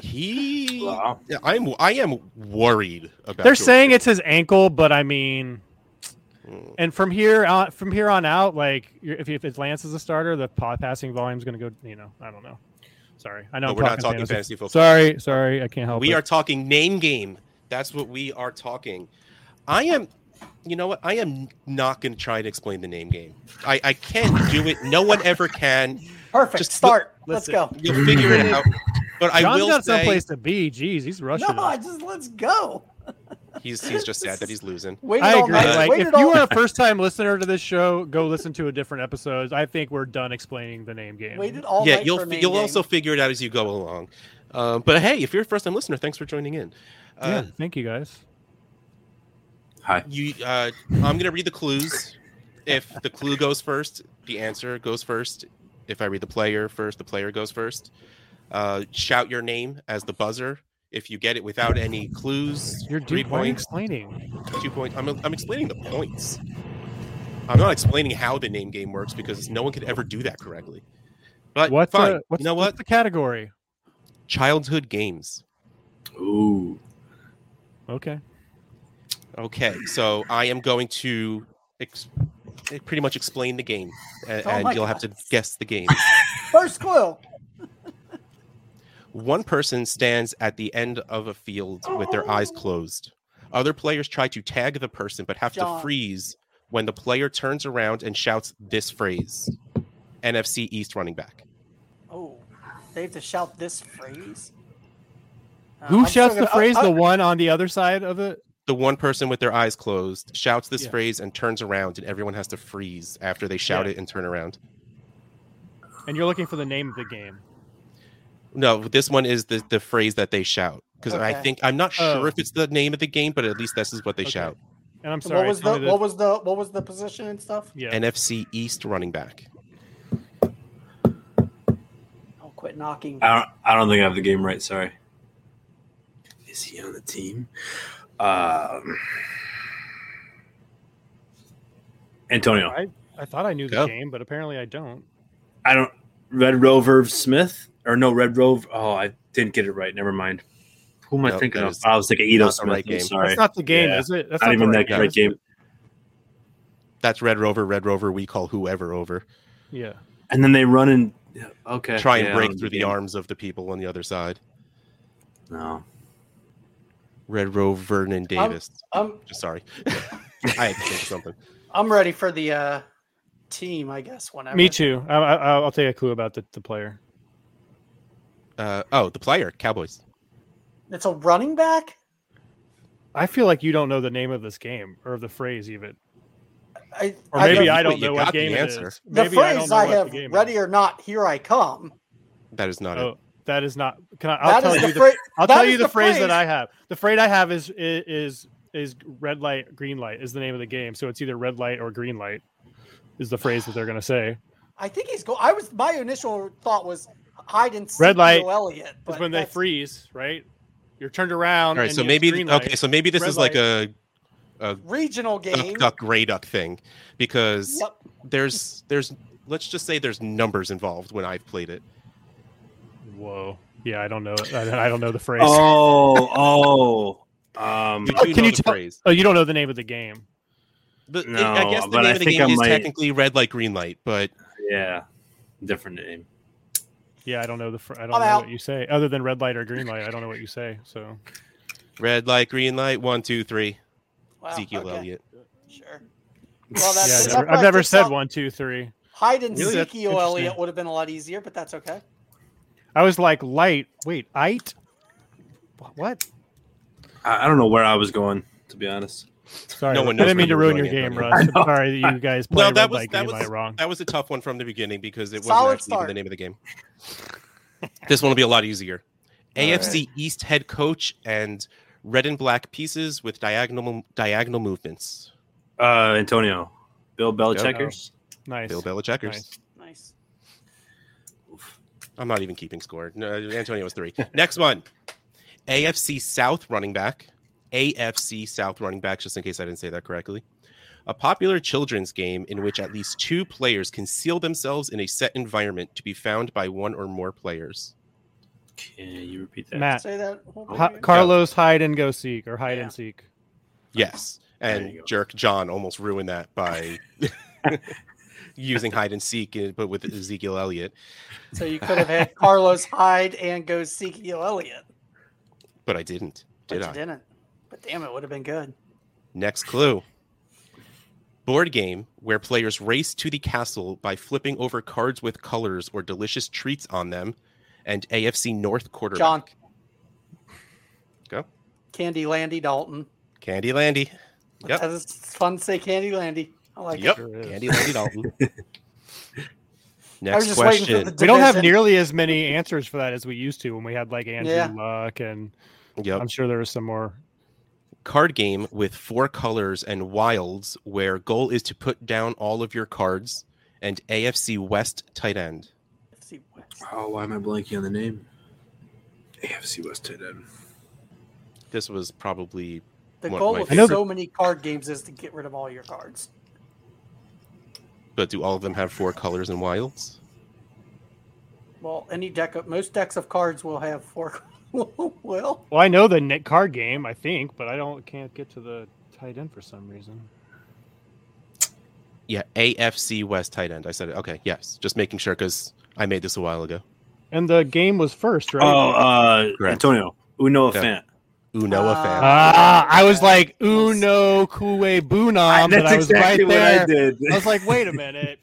He,
Wow.
Yeah, I'm, I am worried about.
They're
George
saying
Kittle.
it's his ankle, but I mean,
Mm.
and from here on, from here on out, like you're- if if it's Lance is a starter, the pa- passing volume's going to go. You know, I don't know. Sorry, I know
No,
I'm
we're not talking
fantasy.
fantasy football.
Sorry, sorry, I can't help.
we
it.
are talking name game. That's what we are talking. I am, you know what? I am not going to try to explain the name game. I, I can't do it. No one ever can.
Perfect.
Just
Start. Let's go.
listen.
You'll figure it out. But I
John's
will
got
say
someplace to be. Jeez, he's rushing.
No,
us.
I just let's go.
he's he's just sad that he's losing.
Waited
I
all
agree.
night.
Like,
Waited
if you
all-
are a first-time listener to this show, go listen to a different episode. I think we're done explaining the name game.
waited all
yeah,
night
you'll
for a
fi-
name
you'll
game.
also figure it out as you go along. Um, but hey, if you're a first-time listener, thanks for joining in.
yeah,
Uh,
thank you guys.
You, uh, I'm gonna read the clues. If the clue goes first, the answer goes first. If I read the player first, the player goes first. Uh, shout your name as the buzzer. If you get it without any clues,
You're
three
dude, why are you
points,
explaining?
two points. I'm, I'm explaining the points. I'm not explaining how the name game works because no one could ever do that correctly. But
What's
fine.
the, what's,
you know
what's
what?
the category?
Childhood games.
Ooh.
Okay.
Okay, so I am going to ex- eh, pretty much explain the game, a-
Oh my
and you'll have to
God.
guess the game.
first clue.
One person stands at the end of a field with their eyes closed. Other players try to tag the person but have
John.
to freeze when the player turns around and shouts this phrase NFC East running back.
Oh, they have to shout this phrase. Uh,
Who
I'm still
shouts the
gonna- I-
phrase?
I-
the one on the other side of it.
The one person with their eyes closed shouts this
Yeah.
phrase and turns around, and everyone has to freeze after they shout
Yeah.
it and turn around.
and you're looking for the name of the game.
No, this one is the, the phrase that they shout because I
Okay.
think I'm not
Oh.
sure if it's the name of the game, but at least this is what they
Okay.
shout
And I'm
So
sorry.
what was
tell
the
me
what was the what was the position and stuff?
yeah.
NFC East running back.
I'll quit knocking.
Uh,
I don't, I don't think I have the game right. Sorry. Is he on the team? Um, Antonio.
I, I thought I knew the
Go.
game, but apparently I don't.
I don't. Red Rover Smith or no Red Rover? Oh, I didn't get it right. Never mind. Who am I
No,
thinking
that
of?
is
I was thinking Edo
not the
Smith.
right
I'm
game.
sorry.
That's not the game,
Yeah.
is it? That's
Not even
the
that
game,
great
is
game.
That's Red Rover, Red Rover, we call whoever over.
it? Yeah.
And then they run and yeah, okay.
try and
yeah,
break
I'm
through the
game.
arms of the people on the other side.
No.
Red Rover Vernon Davis.
I'm
Just sorry. I had to
[laughs]
think of something.
I'm ready for the uh, team. I guess whenever.
Me too. I, I, I'll take a clue about the, the player.
Uh, oh, the player, Cowboys.
It's a running back.
I feel like you don't know the name of this game or of the phrase even.
I,
Or maybe
know-
I,
you-
don't
you
know
got
what
the
game it
answer.
is.
the
Maybe I don't
phrase
know
I,
what the
have
game
ready
is.
or not. Here I come.
That is not it.
Oh, that is not. Can I,
That
I'll
is
tell you
the
the.
phrase.
I'll
that
tell
is
you the,
the
phrase,
phrase.
that I have. The phrase I have is is is red light, green light is the name of the game. So it's either red light or green light is the phrase that they're gonna say.
I think he's go. I was my initial thought was hide and seek
Red light
Joe Elliott,
Because
but
when they
that's-
freeze, right? You're turned around.
All right,
and
so
you-
maybe
green
okay,
light.
so maybe this
red
is like a
regional game.
duck, duck, gray duck thing, because
Yep.
there's there's let's just say there's numbers involved when I've played it.
Whoa. Yeah, I don't know. I I don't know the phrase. Oh,
Oh,
[laughs]
oh. Um,
You do
Can
know
you
the
tell-
phrase,
Oh, you don't know the name of the game.
but it-
No,
I guess the
but
name
I
of the
think
game
I
is
might-
technically red light, green light. But
yeah, different name.
Yeah, I don't know the. Fr- I don't
I'm
know
out.
what you say other than red light or green light. I don't know what you say. So
red light, green light, one, two, three.
Wow,
Ezekiel
okay,
Elliott.
Sure. Well,
yeah,
that's
I've
that's
never,
why I
I've never
picked
said
up
one, two, three.
Hide and
Really?
seek
That's
Ezekiel
interesting.
Elliott would have been a lot easier, but that's okay.
I was like light. Wait, it. What?
I, I don't know where I was going to be honest.
Sorry,
No
I
one knows
didn't
where
mean to
you were
ruin your
going in,
game,
but-
Russ. I'm sorry that you
[laughs]
guys played
that
red
was-
light,
that
green
was-
light wrong.
That was a tough one from the beginning because it wasn't
Solid
actually even
start.
the name of the game. This one will be a lot easier. AFC East head coach and red and black pieces with diagonal diagonal movements.
Uh, Antonio, Bill Belichickers.
Nice.
Bill Belichickers.
Nice.
Nice.
I'm not even keeping score. No, Antonio was three. Next one. AFC South running back. AFC South running back, just in case I didn't say that correctly. A popular children's game in which at least two players conceal themselves in a set environment to be found by one or more players.
Can you repeat that?
Matt,
Say that. one more
Ha-
again.
Carlos hide and go seek or hide
Yeah.
and seek.
Yes.
There you
And
go.
jerk John almost ruined that
[laughs]
by [laughs] using hide and seek, uh, but with Ezekiel Elliott.
So you
Could have had
Carlos hide and go Ezekiel Elliott.
But I didn't, did
but
I?
you didn't.
But damn, it would have been good.
Next clue. Board game where players race to the castle by flipping over cards with colors or delicious treats on them, and AFC North quarterback
John
Go.
Candy Landy Dalton.
Candy Landy. Yep.
That is- It's fun to say Candy Landy. I like
Yep.
it.
Sure is.
Candy Landy Dalton.
I
Next
was just waiting for
question.
the
We don't have
division.
nearly as many answers for that as we used to when we had like Andrew
Yeah.
Luck and
Yep.
I'm sure there was some more.
card game with four colors and wilds where goal is to put down all of your cards and AFC West tight end.
AFC West.
Oh, why am I blanking on the name? AFC West tight end.
This was probably
The
One of
goal
my
of
favorite-
so many card games is to get rid of all your cards.
but do all of them have four colors and wilds?
Well, any deck of most decks of cards will have four. [laughs] well,
Well, I know the net card game, I think, but I don't can't get to the tight end for some reason.
Yeah, AFC West tight end. I said it. Okay, yes. Just making sure cuz I made this a while ago.
And the game was first, right?
Oh, uh,
Correct.
Antonio Uno
Yeah.
Fant.
Unoa fan.
Ah, I was like, Uno Kue Bunam, Ah, but I was right there. I,
did.
was like, wait a minute.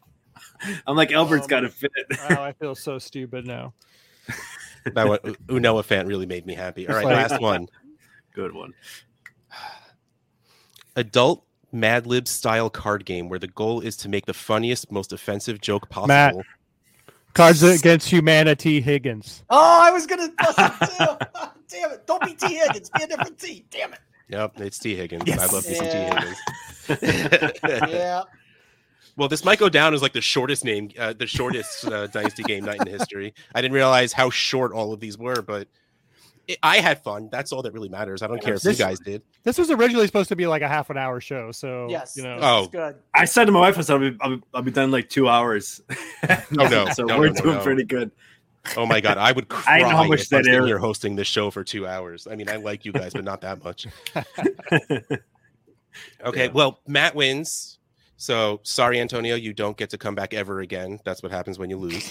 [laughs] I'm like, Albert's
Um,
got to fit.
Wow, I feel so stupid now.
That one, Unoa fan really made me happy. All right,
It's like-
last one.
Good one.
Adult Mad Lib style card game where the goal is to make the funniest, most offensive joke possible.
Matt. Cards Against Humanity Higgins.
oh, I was gonna bust it
[laughs]
too. [laughs] damn it! Don't be T Higgins. Be a different T. Damn it.
Yep, it's T. Higgins. I
Yes.
love me some T. Higgins. [laughs]
Yeah.
Well, this might go down as like the shortest name, uh, the shortest uh, dynasty game night in history. I didn't realize how short all of these were, but it, I had fun. That's all that really matters. I don't care if
This-
you guys did.
This was originally supposed to be like a half an hour show, so
Yes.
you know.
this is
Oh.
good.
I said to my wife, I said, I'll be, I'll be, I'll be done in like two hours.
Oh, no.
[laughs] so
No,
we're
no, no,
doing
no.
pretty good.
Oh my god, I would cry
[laughs] I know how much
if I was
that
sitting
air-
here hosting this show for two hours. I mean, I like you guys, but not that much. Okay,
Yeah.
well, Matt wins. So sorry, Antonio, you don't get to come back ever again. That's what happens when you lose.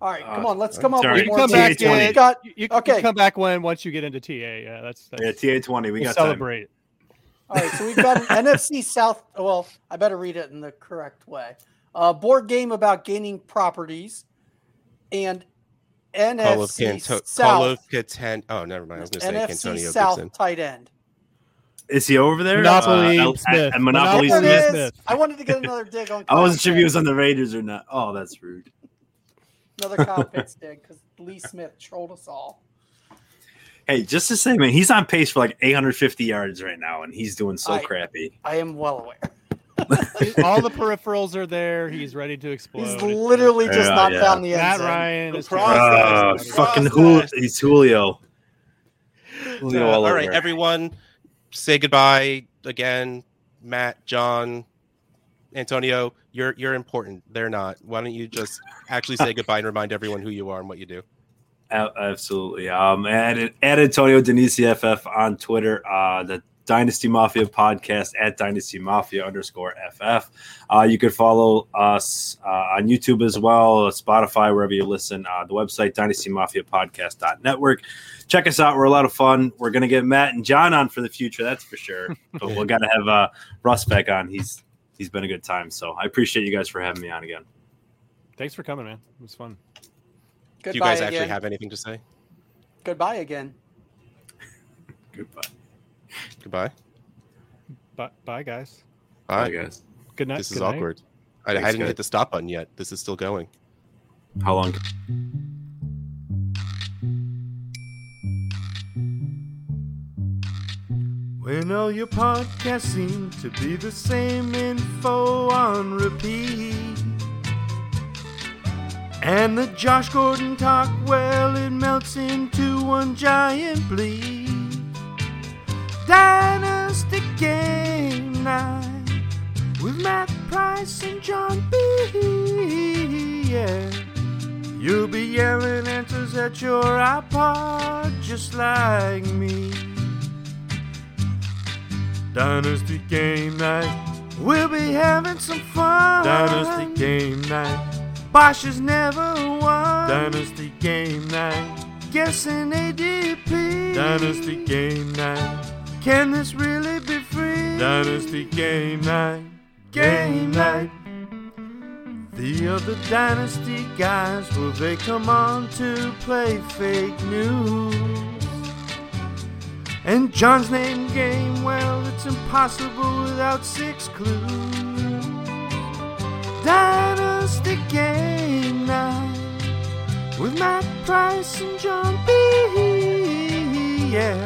All right, come
Uh,
on. Let's come up
sorry.
with
You
more.
come
teams.
back in-
We got
You, you
Okay.
can come back when once you get into TA. Yeah, that's, that's
Yeah, TA20. We
we'll
got time.
[laughs]
celebrate.
all right. So we've got an [laughs] NFC South. Well, I better read it in the correct way. Uh, board game about gaining properties, and
Call of,
NFC
Canto- Call
South.
of Catan. Oh, never mind. I was going to say
NFC
Antonio
South
Gibson.
tight end.
Is he over there?
Monopoly
Uh, L-
Smith.
uh, Monopoly
Monopoly
There
Smith.
it is.
Smith.
I wanted to get another dig on.
[laughs] I wasn't sure if he
Convict.
was on the Raiders or not. Oh, that's rude. [laughs]
another convicts dig because Lee Smith trolled us all.
Hey, just to say, man, he's on pace for like 850 yards right now, and he's doing so
I-
crappy.
I am well aware.
All the peripherals are there. He's ready to explode.
He's
It's-
literally just
Oh,
Yeah,
not
yeah.
found the end
Matt
zone.
Ryan
The
is
process.
Uh,
Process.
fucking Julio. He's Julio.
Uh,
Julio all,
all right,
over.
everyone, say goodbye again. Matt, John, Antonio, you're you're important. They're not. Why don't you just actually say goodbye and remind everyone who you are and what you do?
A- absolutely. Um, at, at Antonio Denisi FF on Twitter, uh, the Dynasty Mafia podcast at Dynasty Mafia underscore FF. Uh, you can follow us uh, on YouTube as well, Spotify, wherever you listen. Uh, the website, dynastymafiapodcast.network. Check us out. We're a lot of fun. We're going to get Matt and John on for the future, that's for sure. but we're going to have uh, Russ back on. He's He's been a good time. So I appreciate you guys for having me on again.
Thanks for coming, man. It was fun.
Goodbye
do you guys
again.
actually have anything to say?
Goodbye again.
Goodbye.
Goodbye.
Bye, bye guys.
Bye.
Bye, guys.
Good night.
This is
good night.
awkward. I, I
Thanks,
didn't
guys.
hit the stop button yet. This is still going.
How long?
When all your podcasts seem to be the same info on repeat. And the Josh Gordon talk, well, it melts into one giant bleed. Dynasty Game Night with Matt Price and John B. Yeah. You'll be yelling answers at your iPod just like me. Dynasty game night. We'll be having some fun. Dynasty game night. Bosch has never won. Dynasty game night. Guessing ADP. Dynasty game night. Can this really be free? Dynasty game night. Game night. The other dynasty guys, will they come on to play fake news? And John's name game, well, it's impossible without six clues. Dynasty Game Night with Matt Price and John B. Yeah,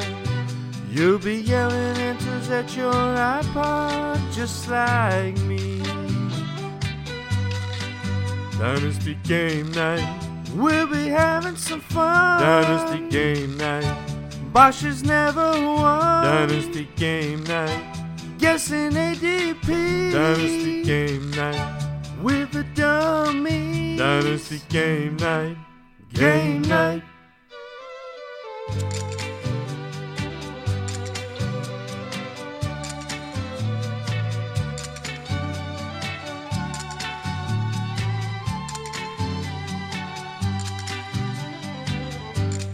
you'll be yelling answers at your iPod just like me. Dynasty Game Night, we'll be having some fun. Dynasty Game Night. Bosch has never won. Dynasty game night. Guessing ADP. Dynasty game night. With the dummies. Dynasty game night. Game night.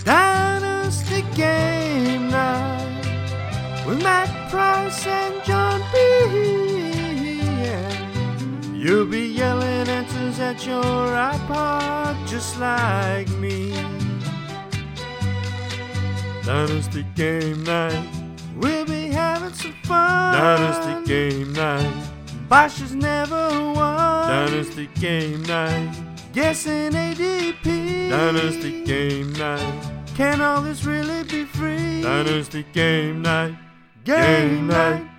Dynasty Game Night with Matt Price and John B. Yeah. You'll be yelling answers at your iPod just like me. Dynasty Game Night, we'll be having some fun. Dynasty Game Night, Bosch has never won. Dynasty Game Night, guessing ADP. Dynasty Game Night. Can all this really be free? Dynasty game night. Game, night.